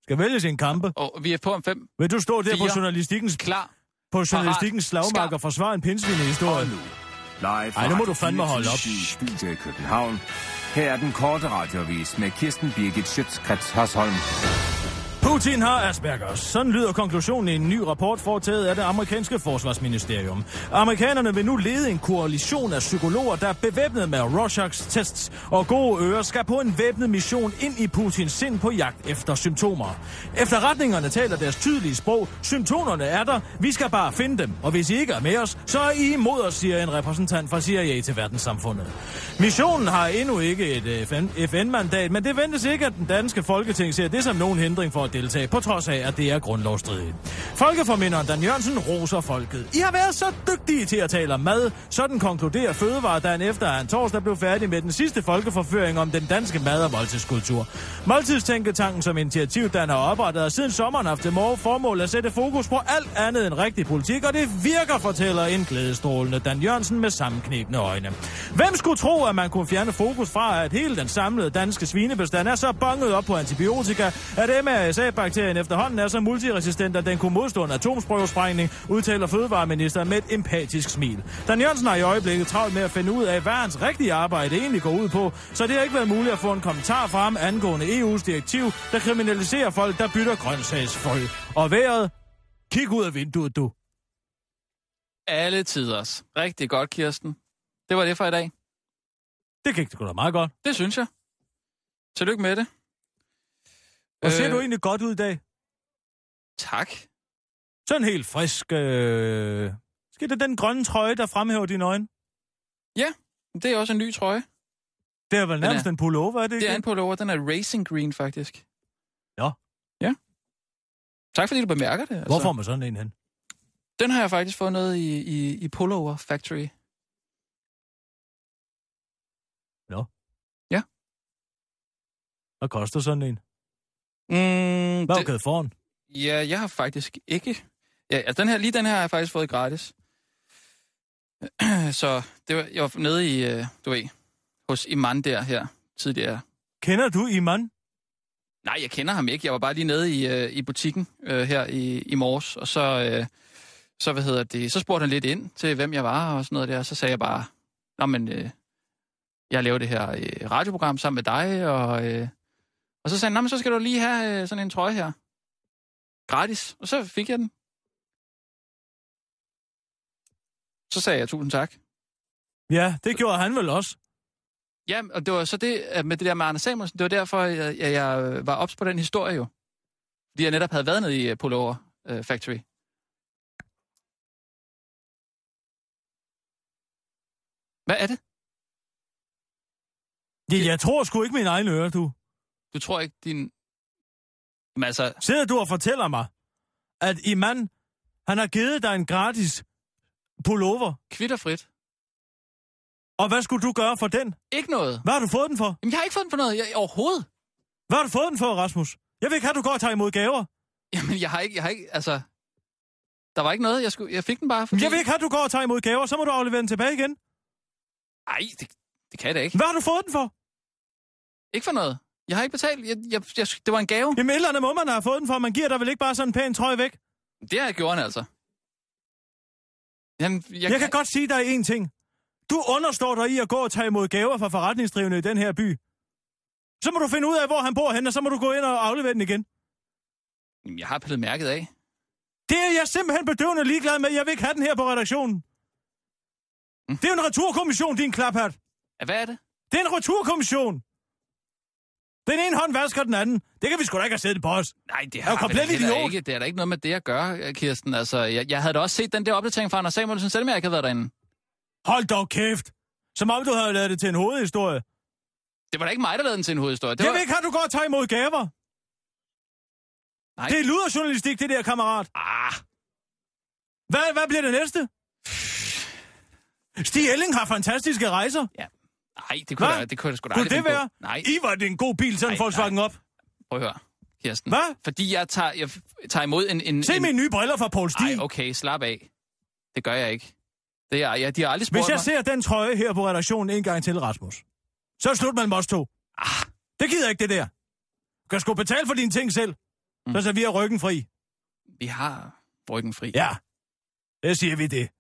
D: Skal vælge sin kampe.
E: Og vi er på om fem.
D: Vil du stå der på
E: Fire.
D: journalistikkens,
E: Klar.
D: på journalistikkens
E: Parat.
D: slagmark
E: Skarp.
D: og forsvare en
F: Og
D: pindsvinehistorie?
F: nu, live fra
D: Ej, nu må
F: Radio
D: du fandme holde op.
F: 24syv Studio i København. Her er den korte radiovis med Kirsten Birgit Schøtzgrads Hasholm.
D: Putin har Aspergers. Sådan lyder konklusionen i en ny rapport foretaget af det amerikanske forsvarsministerium. Amerikanerne vil nu lede en koalition af psykologer, der er bevæbnet med Rorschachs tests, og gode ører skal på en væbnet mission ind i Putins sind på jagt efter symptomer. Efterretningerne taler deres tydelige sprog. Symptomerne er der. Vi skal bare finde dem. Og hvis I ikke er med os, så er I imod os, siger en repræsentant fra CIA til verdenssamfundet. Missionen har endnu ikke et øh, FN FN-mandat, men det ventes ikke, at den danske folketing ser det som nogen hindring for at deltage, på trods af, at det er grundlovsstridigt. Folkeforminderen Dan Jørgensen roser folket. I har været så dygtige til at tale om mad. Sådan konkluderer Fødevaredagen efter, at han torsdag blev færdig med den sidste folkeforføring om den danske mad- og måltidskultur. Måltidstænketanken som initiativ, Dan har oprettet, har siden sommeren haft det mor- formål at sætte fokus på alt andet end rigtig politik, og det virker, fortæller en glædestrålende Dan Jørgensen med sammenknebne øjne. Hvem skulle tro, at man kunne fjerne fokus fra, at hele den samlede danske svinebestand er så bonget op på antibiotika, at MRSA-bakterien efterhånden er så multiresistent, at den kunne modstå en atomprøvesprængning, udtaler fødevareministeren med et empatisk smil. Dan Jørgensen har i øjeblikket travlt med at finde ud af, hvad hans rigtige arbejde egentlig går ud på, så det har ikke været muligt at få en kommentar fra ham angående EU's direktiv, der kriminaliserer folk, der bytter grøntsagsfrø. Og vejret? Kig ud af vinduet, du.
E: Alle tiders. Rigtig godt, Kirsten. Det var det for i dag.
D: Det gik sgu da meget godt.
E: Det synes jeg. Tillykke med det.
D: Og
E: Øh.
D: ser du egentlig godt ud i dag?
E: Tak.
D: Sådan helt frisk. Øh... Skal det den grønne trøje, der fremhæver dine øjne?
E: Det er også en ny trøje.
D: Det er vel
E: er-
D: nærmest en pullover, er det ikke?
E: Det er en på lover. Den er racing green, faktisk.
D: Nå.
E: Ja. Tak fordi du bemærker det. Altså.
D: Hvor får man sådan en hen?
E: Den har jeg faktisk fået noget i, i, i Pullover Factory.
D: Hvad koster sådan en?
E: Mm,
D: Hvad
E: det-
D: er det... foran?
E: Ja, jeg har faktisk ikke... Ja, altså den her, lige den her har jeg faktisk fået gratis. Så det var, jeg var nede i, øh, du ved, hos Iman der her tidligere.
D: Kender du Iman?
E: Nej, jeg kender ham ikke. Jeg var bare lige nede i, øh, i butikken øh, her i, i morges, og så, øh, så, hvad hedder det, så spurgte han lidt ind til, hvem jeg var og sådan noget der. Så sagde jeg bare, Nå, men, øh, jeg laver det her øh, radioprogram sammen med dig, og, øh, og så sagde han, Nå, men så skal du lige have øh, sådan en trøje her. Gratis. Og så fik jeg den. Så sagde jeg tusind tak.
D: Ja, det gjorde han vel også.
E: Ja, og det var så det øh, med det der med Anders Samuelsen. Det var derfor, jeg, jeg, jeg øh, var ops på den historie jo. Fordi jeg netop havde været nede i øh, Pullover øh, Factory. Hvad er det?
D: Ja, jeg tror sgu ikke mine egne ører, du.
E: Du tror ikke, din... Jamen altså,
D: Sidder du og fortæller mig, at Iman, han har givet dig en gratis pullover.
E: kvitterfrit.
D: Og hvad skulle du gøre for den?
E: Ikke noget.
D: Hvad har du fået den for?
E: Jamen, jeg har ikke fået den for noget. Jeg, overhovedet.
D: Hvad har du fået den for, Rasmus? Jeg vil ikke have, at du går og tager imod gaver.
E: Jamen, jeg har ikke... Jeg har ikke altså, der var ikke noget. Jeg, skulle, jeg fik den bare, fordi...
D: Fordi... Jeg vil ikke have, at du går og tager imod gaver, så må du aflevere den tilbage igen.
E: Ej, det, det kan jeg da ikke.
D: Hvad har du fået den for?
E: Ikke for noget. Jeg har ikke betalt. Jeg, jeg, jeg, det var en gave.
D: Jamen et eller andet må man have fået den for. Man giver dig vel ikke bare sådan en pæn trøje væk? Jeg,
E: Det har jeg gjort, altså. Jamen, jeg,
D: jeg kan godt sige dig én ting. Du understår dig i at gå og tage imod gaver fra forretningsdrivende i den her by. Så må du finde ud af, hvor han bor henne, og så må du gå ind og aflevere den igen.
E: Jamen, jeg har pillet mærket af.
D: Det er jeg simpelthen bedøvende ligeglad med. Jeg vil ikke have den her på redaktionen.
E: Mm.
D: Det er jo en returkommission, din klaphat.
E: Ja, Hvad er det?
D: Det er en returkommission. Den ene hånd vasker den anden. Det kan vi sgu da ikke have siddet på os.
E: Nej, det
D: er jo
E: har
D: komplet
E: det, det, er da
D: idiot.
E: ikke, det er da ikke noget med det at gøre, Kirsten. Altså, jeg, jeg havde da også set den der opdatering fra Anders Samuelsen, selvom jeg ikke havde været derinde.
D: Hold dog kæft. Som om du havde lavet det til en hovedhistorie.
E: Det var da ikke mig, der lavede den til en hovedhistorie. Det
D: Det jeg
E: var...
D: ved ikke, har du godt tage imod gaver.
E: Nej.
D: Det er luderjournalistik, det der, kammerat.
E: Ah,
D: Hvad, hvad bliver det næste? Stig Elling har fantastiske rejser.
E: nej, det kunne,
D: Hvad?
E: da, det kunne jeg da sgu da
D: Kunne
E: aldrig
D: det
E: finde på.
D: være?
E: Nej,
D: I var det en god bil, sådan
E: Nej,
D: Volkswagen op.
E: prøv at høre, Kirsten.
D: Hvad?
E: Fordi jeg tager, jeg f- tager imod en... en
D: Se
E: en,
D: mine nye briller fra Paul Stig.
E: Nej, okay, slap af. Det gør jeg ikke. Det er, ja, de har aldrig spurgt
D: Hvis jeg
E: mig.
D: ser den trøje her på redaktionen en gang til, Rasmus, så er slut mellem os to.
E: Ah.
D: Det gider jeg ikke, det der. Du kan sgu betale for dine ting selv. Så
E: Mm.
D: så vi har ryggen fri.
E: Vi har ryggen fri.
D: Ja, det siger vi det.